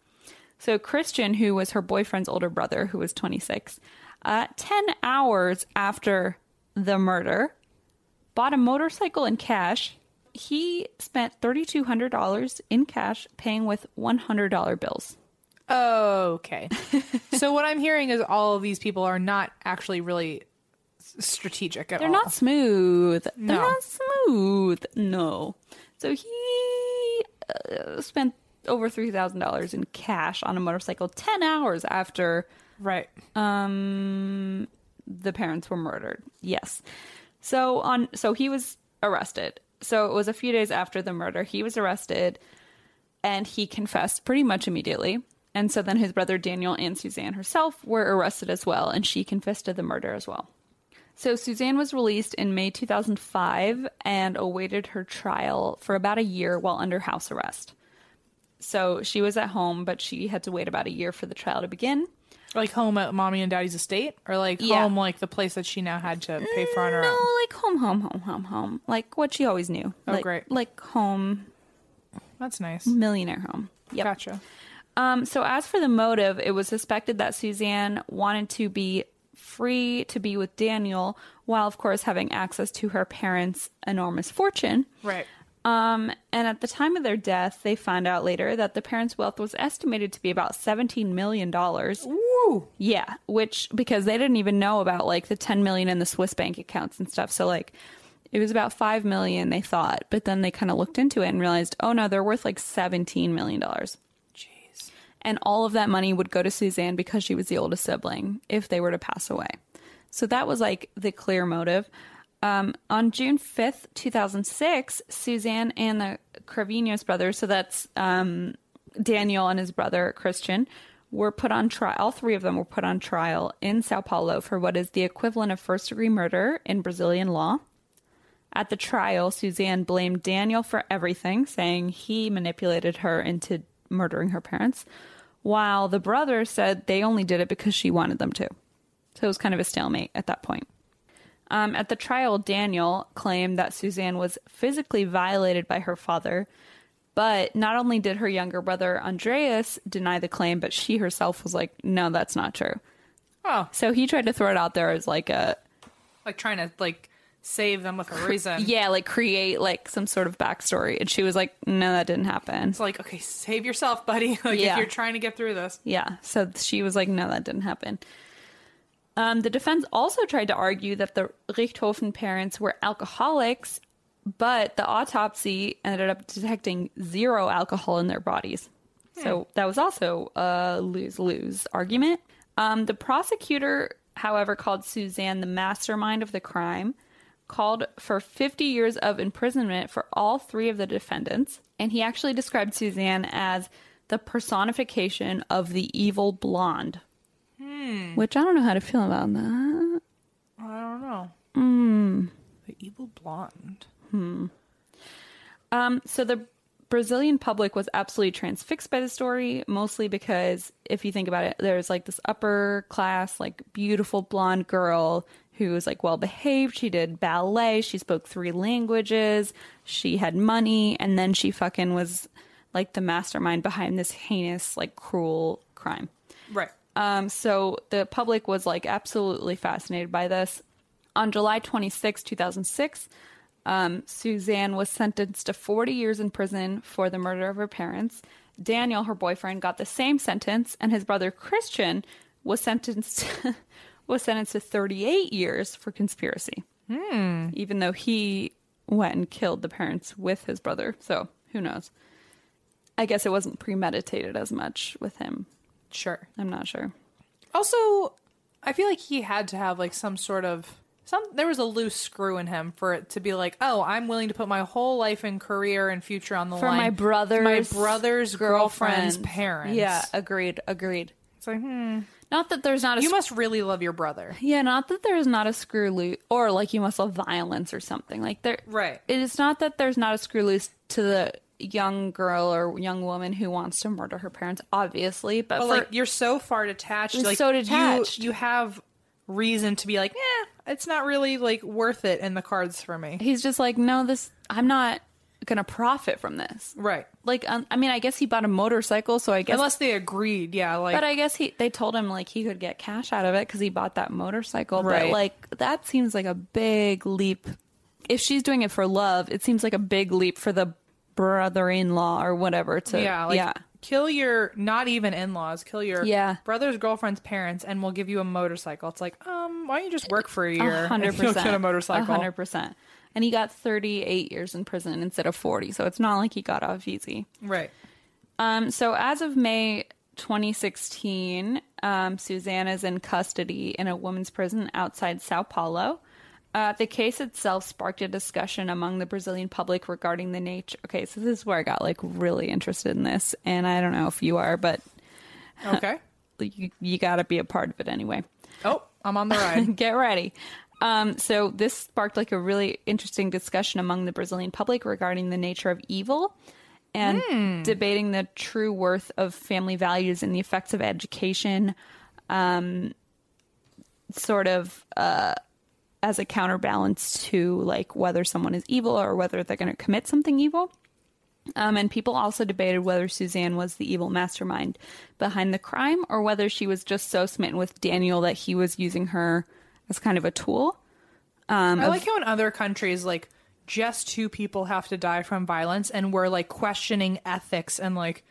So Christian, who was her boyfriend's older brother, who was 26, uh, 10 hours after the murder, bought a motorcycle in cash. He spent $3,200 in cash, paying with $100 bills. Oh,
Okay. so what I'm hearing is all of these people are not actually really s- strategic at
They're
all.
not smooth. They're
No.
not smooth. No. So he uh, spent over $3,000 in cash on a motorcycle 10 hours after
right.
Um, the parents were murdered. Yes. So on, so he was arrested. So it was a few days after the murder. He was arrested, and he confessed pretty much immediately. And so then his brother Daniel and Suzanne herself were arrested as well, and she confessed to the murder as well. So Suzanne was released in May 2005 and awaited her trial for about a year while under house arrest. So she was at home, but she had to wait about a year for the trial to begin.
Like home at mommy and daddy's estate, or like
Yeah.
home like the place that she now had to pay for on her
no,
own.
like home, home, home, home, home. Like what she always knew.
Oh,
like,
great.
Like home,
That's nice.
millionaire home. Mm, Yep.
Gotcha.
Um, so as for the motive, it was suspected that Suzanne wanted to be free to be with Daniel while, of course, having access to her parents' enormous fortune.
Right.
Um, and at the time of their death, they find out later that the parents' wealth was estimated to be about seventeen million dollars.
Woo.
Yeah, which because they didn't even know about like the 10 million in the Swiss bank accounts and stuff. So like it was about 5 million they thought, but then they kind of looked into it and realized, "Oh no, they're worth like 17 million dollars."
Jeez.
And all of that money would go to Suzanne because she was the oldest sibling if they were to pass away. So that was like the clear motive. Um, on June 5th, 2006, Suzanne and the Cravenius brothers, so that's um, Daniel and his brother Christian, were put on trial. All three of them were put on trial in Sao Paulo for what is the equivalent of first degree murder in Brazilian law. At the trial, Suzanne blamed Daniel for everything, saying he manipulated her into murdering her parents, while the brother said they only did it because she wanted them to. So it was kind of a stalemate at that point. Um, at the trial, Daniel claimed that Suzanne was physically violated by her father, but not only did her younger brother Andreas deny the claim, but she herself was like, no, that's not true.
Oh,
So he tried to throw it out there as like a
like trying to like save them with a reason.
yeah, like create like some sort of backstory. And she was like, no, that didn't happen.
It's like, okay, save yourself, buddy. Like
Yeah.
if you're trying to get through this.
Yeah. So she was like, no, that didn't happen. Um, the defense also tried to argue that the Richthofen parents were alcoholics, but the autopsy ended up detecting zero alcohol in their bodies. So that was also a lose lose argument. Um, the prosecutor, however, called Suzanne the mastermind of the crime, called for 50 years of imprisonment for all three of the defendants. And he actually described Suzanne as the personification of the evil blonde. Which I don't know how to feel about that.
I don't know.
Mm.
The evil blonde.
Um, so the Brazilian public was absolutely transfixed by the story, mostly because if you think about it, there's like this upper class, like beautiful blonde girl who was like well behaved. She did ballet, she spoke three languages, she had money, and then she fucking was like the mastermind behind this heinous, like cruel crime.
Right.
Um, so the public was like absolutely fascinated by this. On July 26, 2006, um, Suzanne was sentenced to 40 years in prison for the murder of her parents. Daniel, her boyfriend, got the same sentence, and his brother Christian was sentenced was sentenced to 38 years for conspiracy. Even though he went and killed the parents with his brother, so who knows? I guess it wasn't premeditated as much with him.
Sure.
I'm not sure.
Also, I feel like he had to have like some sort of some there was a loose screw in him for it to be like, "Oh, I'm willing to put my whole life and career and future on the
For
line
my brother's
my brother's girlfriend's
girlfriend.
parents."
Yeah, agreed, agreed.
It's like, "Hmm,
Not that there's not a
you
sc-
must really love your brother."
yeah, not that there's not a screw loose, or like you must love violence or something like there.
Right.
It is not that there's not a screw loose to the young girl or young woman who wants to murder her parents, obviously. But,
But
for-
like you're so far detached,
You're
like
so detached.
You, you have reason to be like, "Yeah, it's not really like worth it in the cards for me."
he's just like, no, this I'm not gonna profit from this.
Right.
Like, um, I mean, I guess he bought a motorcycle, so I guess
Unless they agreed, yeah, like
But I guess he they told him like he could get cash out of it because he bought that motorcycle. But
Right.
like that seems like a big leap. If she's doing it for love, it seems like a big leap for the brother-in-law or whatever to
Yeah, like
yeah.
kill your not even in laws, kill your
Yeah.
brother's girlfriend's parents, and we'll give you a motorcycle. It's like, um, why don't you just work for a year?
A hundred
and you'll
percent.
get a
A
motorcycle.
hundred percent. And he got 38 years in prison instead of 40, so it's not like he got off easy.
Right.
Um, so as of May 2016, um, Suzanne is in custody in a women's prison outside Sao Paulo. Uh, the case itself sparked a discussion among the Brazilian public regarding the nature. Okay, so this is where I got like really interested in this, and I don't know if you are, but
Okay.
you, you got to be a part of it anyway.
oh, I'm on the ride.
Get ready. Um, so this sparked like a really interesting discussion among the Brazilian public regarding the nature of evil and debating the true worth of family values and the effects of education, um, sort of uh, as a counterbalance to like whether someone is evil or whether they're going to commit something evil. Um, and people also debated whether Suzanne was the evil mastermind behind the crime or whether she was just so smitten with Daniel that he was using her as kind of a tool. Um,
I like how in other countries, like just two people have to die from violence, and we're like questioning ethics and like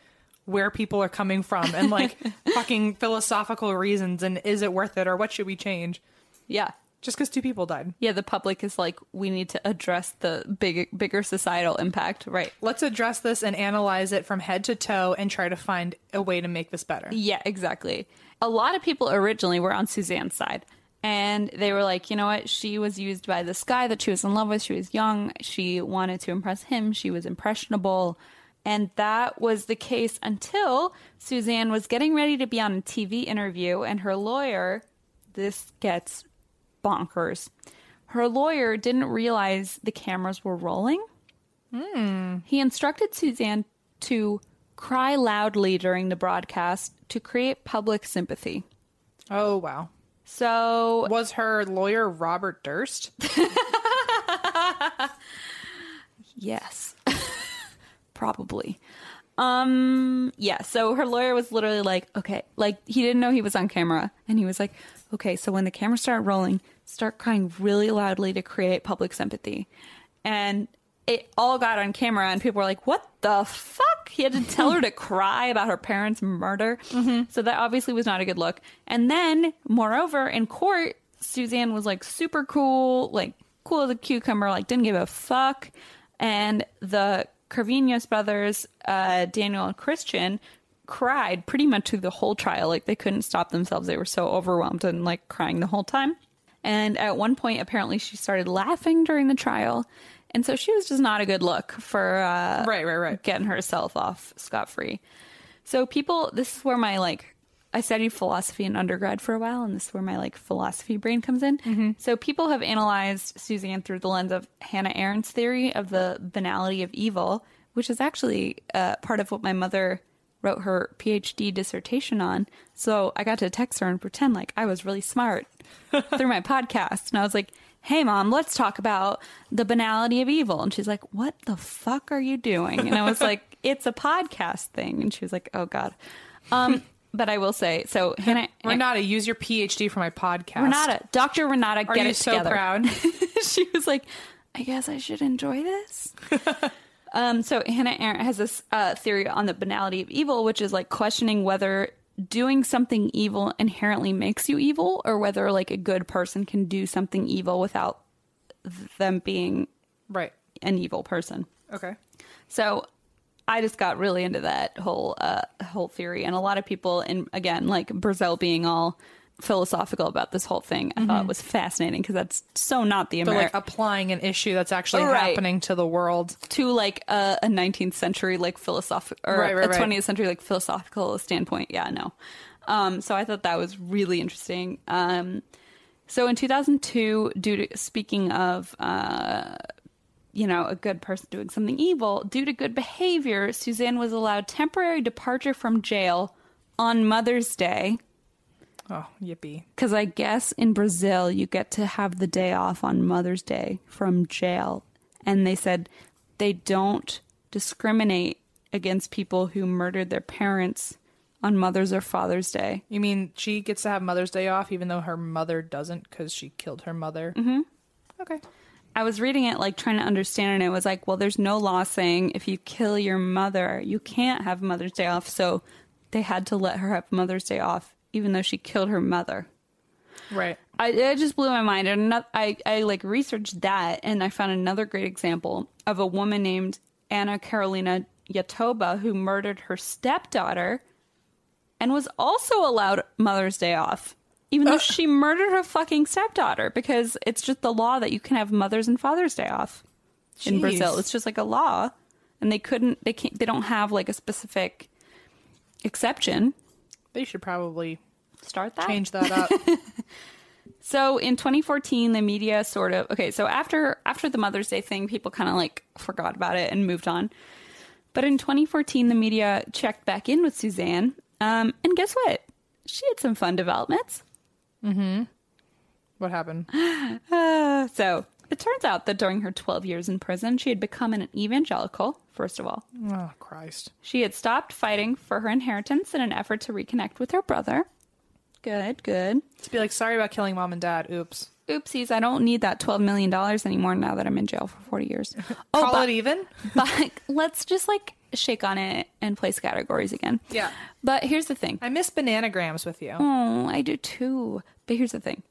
where people are coming from and like fucking philosophical reasons and is it worth it or what should we change
Yeah.
just because two people died
Yeah, the public is like, we need to address the big, bigger societal impact. Right.
let's address this and analyze it from head to toe and try to find a way to make this better
Yeah, exactly. A lot of people originally were on Suzanne's side. And they were like, you know what? She was used by this guy that she was in love with. She was young. She wanted to impress him. She was impressionable. And that was the case until Suzanne was getting ready to be on a TV interview. And her lawyer, this gets bonkers. Her lawyer didn't realize the cameras were rolling. He instructed Suzanne to cry loudly during the broadcast to create public sympathy.
oh wow
So,
Was her lawyer Robert Durst?
yes. Probably. Um, yeah, so her lawyer was literally like, okay, like he didn't know he was on camera and he was like, okay, so when the cameras start rolling, start crying really loudly to create public sympathy. And it all got on camera and people were like, what the fuck? He had to tell her to cry about her parents' murder. So that obviously was not a good look. And then, moreover, in court, Suzanne was like super cool, like cool as a cucumber, like didn't give a fuck. And the Carvinos brothers, uh, Daniel and Christian, cried pretty much through the whole trial. Like they couldn't stop themselves. They were so overwhelmed and like crying the whole time. And at one point, apparently, she started laughing during the trial. And so she was just not a good look for uh,
Right, right, right.
getting herself off scot free. So people, this is where my like, I studied philosophy in undergrad for a while, and this is where my like philosophy brain comes in. So people have analyzed Suzanne through the lens of Hannah Arendt's theory of the banality of evil, which is actually uh, part of what my mother wrote her PhD dissertation on. So I got to text her and pretend like I was really smart through my podcast. And I was like, hey, mom, let's talk about the banality of evil. And she's like, what the fuck are you doing? And I was like, it's a podcast thing. And she was like, oh, God. Um, but I will say, so Hannah.
Renata, use your PhD for my podcast.
Renata, Dr. Renata,
are
get
you
it
so
together.
proud?
she was like, I guess I should enjoy this. um, so Hannah Arendt has this uh, theory on the banality of evil, which is like questioning whether doing something evil inherently makes you evil or whether like a good person can do something evil without th- them being
right.
an evil person.
Okay.
So I just got really into that whole uh, whole theory, and a lot of people, and again, like Brazil being all philosophical about this whole thing, I thought was fascinating because that's so not the
So
American
like applying an issue that's actually
Right.
happening to the world.
to like a, a 19th century like philosophical or
Right, right,
a
right.
20th century like philosophical standpoint yeah no um so i thought that was really interesting um so in 2002 due to speaking of uh you know a good person doing something evil due to good behavior suzanne was allowed temporary departure from jail on mother's day
Oh, yippee.
because I guess in Brazil, you get to have the day off on Mother's Day from jail. And they said they don't discriminate against people who murdered their parents on Mother's or Father's Day.
You mean she gets to have Mother's Day off even though her mother doesn't because she killed her mother? Mm-hmm. Okay.
I was reading it, like trying to understand, it, and it was like, well, there's no law saying if you kill your mother, you can't have Mother's Day off. So they had to let her have Mother's Day off, even though she killed her mother. Mm-hmm.
Right.
I, it just blew my mind. And not, I, I like researched that and I found another great example of a woman named Anna Carolina Yatoba who murdered her stepdaughter and was also allowed Mother's Day off, even though she murdered her fucking stepdaughter because it's just the law that you can have Mother's and Father's Day off in
Jeez.
Brazil. It's just like a law. And they couldn't, they can't, they don't have like a specific exception.
They should probably
Start that.
change that up.
So in 2014, the media sort of okay. So after after the Mother's Day thing, people kind of like forgot about it and moved on. But in 2014, the media checked back in with Suzanne, um, and guess what? She had some fun developments.
what happened?
Uh, so it turns out that during her 12 years in prison, she had become an evangelical. First of all,
Oh, Christ.
she had stopped fighting for her inheritance in an effort to reconnect with her brother. Good, good.
To be like, sorry about killing mom and dad. Oops.
Oopsies, I don't need that $12 million anymore now that I'm in jail for 40 years. Oh,
Call
but-
it even?
but let's just like shake on it and place categories again.
Yeah.
But here's the thing.
I miss bananagrams with you.
Oh, I do too. But here's the thing.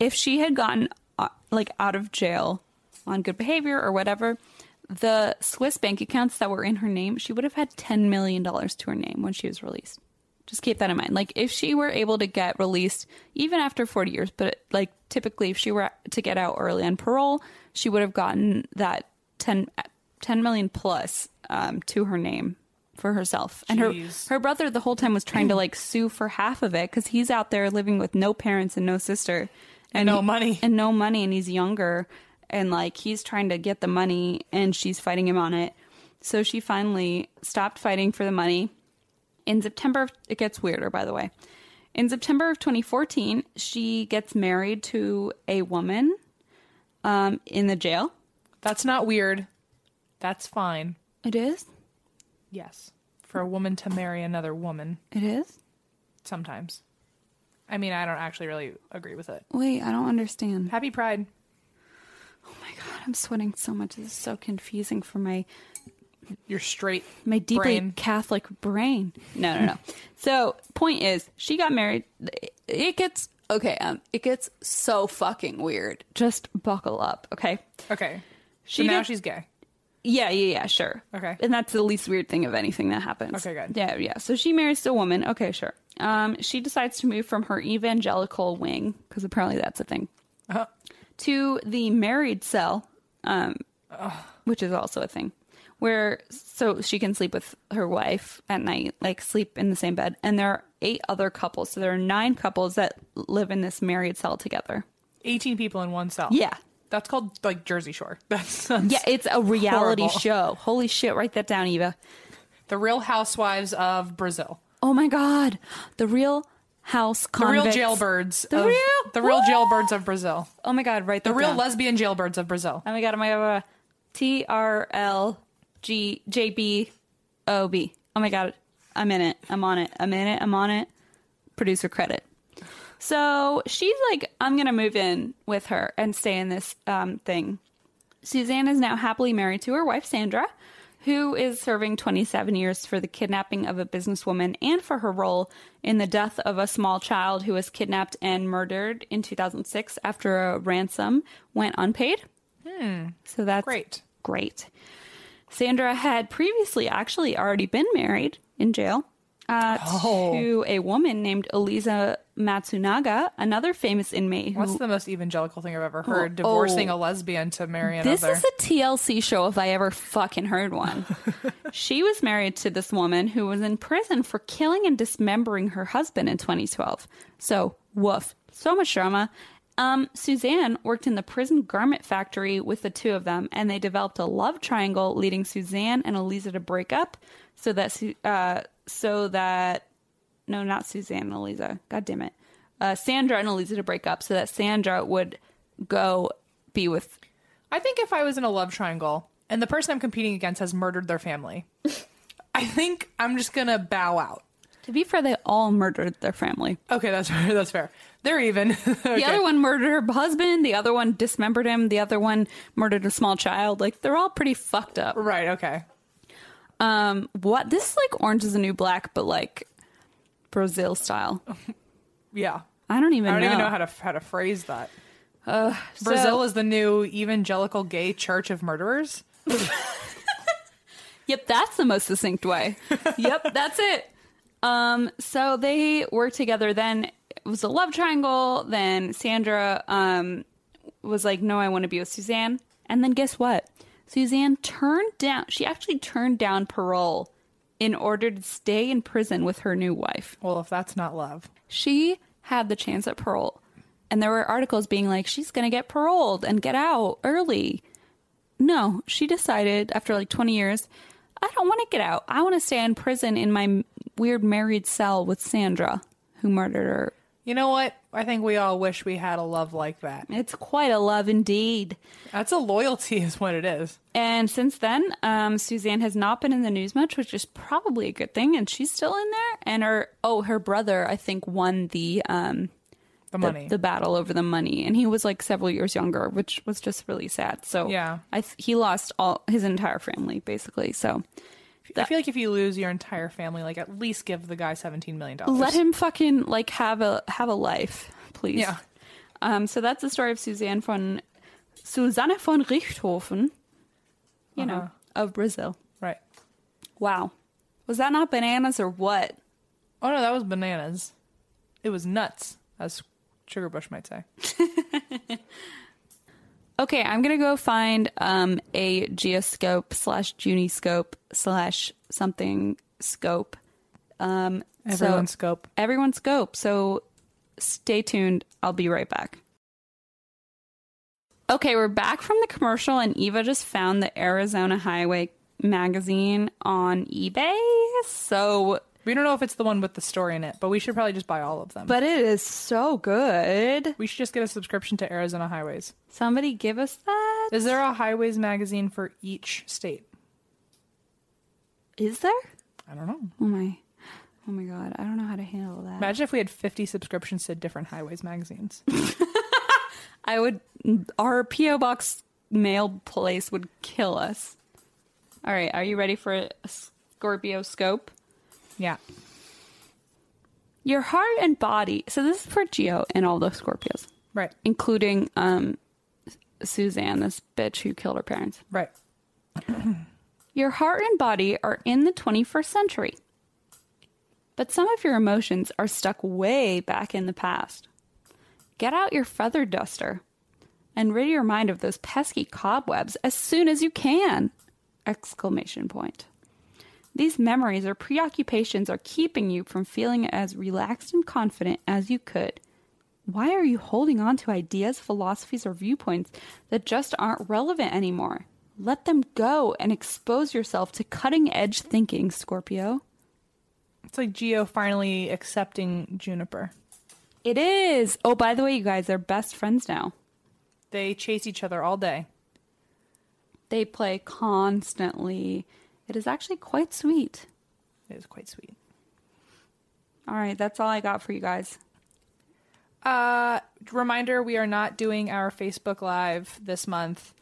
If she had gotten uh, like out of jail on good behavior or whatever, the Swiss bank accounts that were in her name, she would have had $10 million to her name when she was released. Just keep that in mind. Like if she were able to get released even after 40 years, but like typically if she were to get out early on parole, she would have gotten that 10, 10 million plus um, to her name for herself. And
Jeez.
her her brother the whole time was trying to like sue for half of it because he's out there living with no parents and no sister and,
no money.
and no money and he's younger and like he's trying to get the money and she's fighting him on it so she finally stopped fighting for the money in september of, it gets weirder by the way in september of 2014 she gets married to a woman um, in the jail
That's not weird. That's fine.
it is
Yes. For a woman to marry another woman
it is
sometimes. I mean, I don't actually really agree with it.
wait i don't understand Oh
Happy Pride.
i'm sweating so much this is so confusing for my
You're straight.
my deeply
brain.
Catholic brain. No, no, no. so, point is, she got married. It gets okay. Um, it gets so fucking weird. Just buckle up, okay?
Okay.
She
so now
did-
she's gay.
Yeah, yeah, yeah, sure.
Okay.
And that's the least weird thing of anything that happens.
Okay, good.
Yeah, yeah. So she marries a woman. Okay, sure. Um, she decides to move from her evangelical wing because apparently that's a thing
Uh,
to the married cell, um, which is also a thing, where so she can sleep with her wife at night, like sleep in the same bed. And there are eight other couples, so there are nine couples that live in this married cell together.
18 people in one cell.
Yeah,
That's called like Jersey Shore. That's,
Yeah, it's a reality
Horrible.
show. Holy shit, write that down, Eva.
the Real Housewives of Brazil.
Oh my god. The real house
The
convicts.
real jailbirds.
The
of,
real-
the real
Woo!
jailbirds of Brazil.
Oh my god, right
The real
down.
lesbian jailbirds of Brazil.
Oh my god, oh my god. T R L G J B O B. Oh my god. I'm in it. I'm on it. I'm in it. I'm on it. Producer credit. So she's like, I'm going to move in with her and stay in this um, thing. Suzanne is now happily married to her wife, Sandra, who is serving 27 years for the kidnapping of a businesswoman and for her role in the death of a small child who was kidnapped and murdered in 2006 after a ransom went unpaid. So that's
Great.
Great. Sandra had previously actually already been married in jail uh, to a woman named Elisa Matsunaga, another famous inmate. Who,
What's the most evangelical thing I've ever heard? Divorcing a
oh.
lesbian to marry another.
this is a TLC show if I ever fucking heard one. she was married to this woman who was in prison for killing and dismembering her husband in 2012. So, woof. So much drama. Um, Suzanne worked in the prison garment factory with the two of them, and they developed a love triangle, leading Suzanne and Elisa to break up, so that Su- uh, so that no, not Suzanne and Eliza. God damn it. Uh, Sandra and Eliza to break up so that Sandra would go be with.
I think if I was in a love triangle and the person I'm competing against has murdered their family, I think I'm just gonna bow out.
To be fair, they all murdered their family.
Okay, that's fair. That's fair. They're even.
The other one murdered her husband. The other one dismembered him. The other one murdered a small child. Like they're all pretty fucked up.
right. Okay.
Um, what this is like Orange is the New Black, but like Brazil style.
Yeah.
I don't even.
I don't
know. Uh,
even know how to how to phrase that.
So-
Brazil is the new evangelical gay church of murderers.
Yep, that's the most succinct way. yep, that's it. Um, so they worked together. Then it was a love triangle. Then Sandra um, was like, "No, I want to be with Suzanne." And then guess what? Suzanne turned down. She actually turned down parole in order to stay in prison with her new wife.
Well, if that's not love,
She had the chance at parole, and there were articles being like, "She's going to get paroled and get out early." No, she decided after like 20 years, I don't want to get out. I want to stay in prison in my m- weird married cell with Sandra, who murdered her.
you know what? I think we all wish we had a love like that.
It's quite a love indeed.
That's a loyalty, is what it is.
And since then, um, Suzanne has not been in the news much, which is probably a good thing. And she's still in there. And her oh, her brother, I think, won the um,
The
the,
money.
the battle over the money, and he was like several years younger, which was just really sad. So
Yeah.
I th- he lost all his entire family basically. So
I feel like if you lose your entire family, like at least give the guy seventeen million dollars.
let him fucking like have a have a life, please.
Yeah.
Um. So that's the story of Suzanne von Susanne von Richthofen,
Uh-huh.
you know, of Brazil.
Right.
Wow, was that not bananas or what?
Oh no, that was bananas. It was nuts, as Sugarbush might say.
Okay, I'm gonna go find um, a geoscope slash juniscope slash something scope. Um,
Everyone
so
scope.
everyone scope. So stay tuned. I'll be right back. Okay, we're back from the commercial, and Eva just found the Arizona Highway magazine on eBay. So,
We don't know if it's the one with the story in it, but we should probably just buy all of them.
but it is so good.
we should just get a subscription to Arizona Highways.
Somebody give us that.
Is there a highways magazine for each state?
Is there?
I don't know.
Oh my, oh my God! I don't know how to handle that.
Imagine if we had 50 subscriptions to different highways magazines.
I would. Our PO box mail place would kill us. All right, are you ready for a Scorpio scope?
yeah.
Your heart and body. So this is for Geo and all those Scorpios,
Right.
including um, Suzanne, this bitch who killed her parents.
Right.
Your heart and body are in the 21st century, but some of your emotions are stuck way back in the past. Get out your feather duster and rid your mind of those pesky cobwebs as soon as you can! Exclamation point. These memories or preoccupations are keeping you from feeling as relaxed and confident as you could. Why are you holding on to ideas, philosophies, or viewpoints that just aren't relevant anymore? Let them go and expose yourself to cutting edge thinking, Scorpio.
It's like Geo finally accepting Juniper.
It is. Oh, by the way, you guys, they're best friends now.
They chase each other all day.
They play constantly. It is actually quite sweet.
It is quite sweet.
All right, that's all I got for you guys.
Uh, reminder: We are not doing our Facebook Live this month.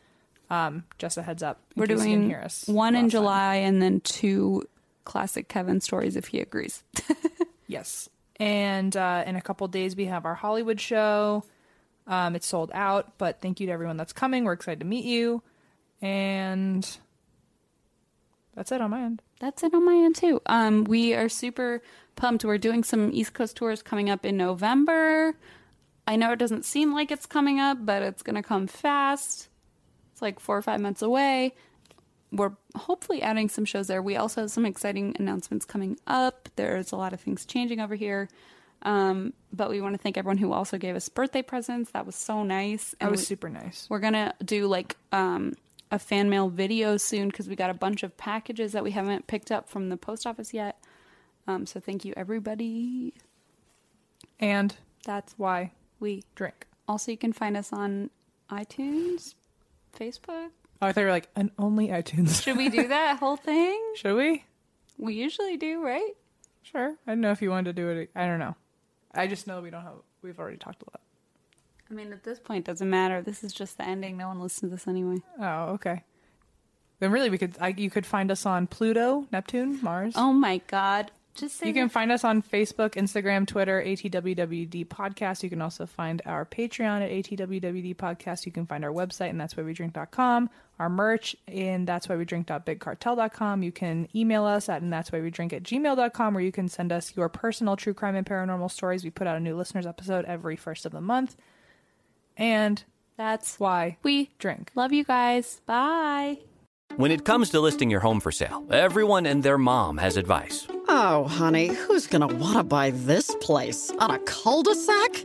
Um, just a heads up. in
We're
case you didn't
doing
hear us
one
last
in
time.
July and then two classic Kevin stories if he agrees.
Yes, and uh, in a couple days we have our Hollywood show. Um, it's sold out, but thank you to everyone that's coming. We're excited to meet you, and that's it on my end.
That's it on my end too. Um, we are super pumped. We're doing some East Coast tours coming up in November. I know it doesn't seem like it's coming up, but it's gonna come fast. It's like four or five months away. We're hopefully adding some shows there. We also have some exciting announcements coming up. There's a lot of things changing over here. Um, but we want to thank everyone who also gave us birthday presents. That was so nice.
That was
we-
super nice.
we're gonna do like um, a fan mail video soon because we got a bunch of packages that we haven't picked up from the post office yet. Um, so thank you everybody.
And
That's why
why
we.
drink?
Also, you can find us on iTunes, Facebook.
Oh, I thought you were like and only iTunes.
Should we do that whole thing?
Should we?
We usually do, right?
Sure. I don't know if you wanted to do it. I don't know. I just know we don't have. We've already talked a
I mean, at this point, it doesn't matter. This is just the ending. No one listens to this anyway.
lot. Oh, okay. Then really, we could. I, you could find us on Pluto, Neptune, Mars.
Oh my god! Just say
You can find us on Facebook, Instagram, Twitter, ATWWD Podcast. You can also find our Patreon at ATWWD Podcast. You can find our website, and that's why we drink.com, our merch, and that's why we drink.bigcartel.com. You can email us at and that's why we drink at gmail.com, or you can send us your personal true crime and paranormal stories. We put out a new listeners episode every first of the month. And
that's
why
we
drink.
love you guys. Bye.
When it comes to listing your home for sale, everyone and their mom has advice.
Oh, honey, who's gonna wanna buy this place? On a cul de sac?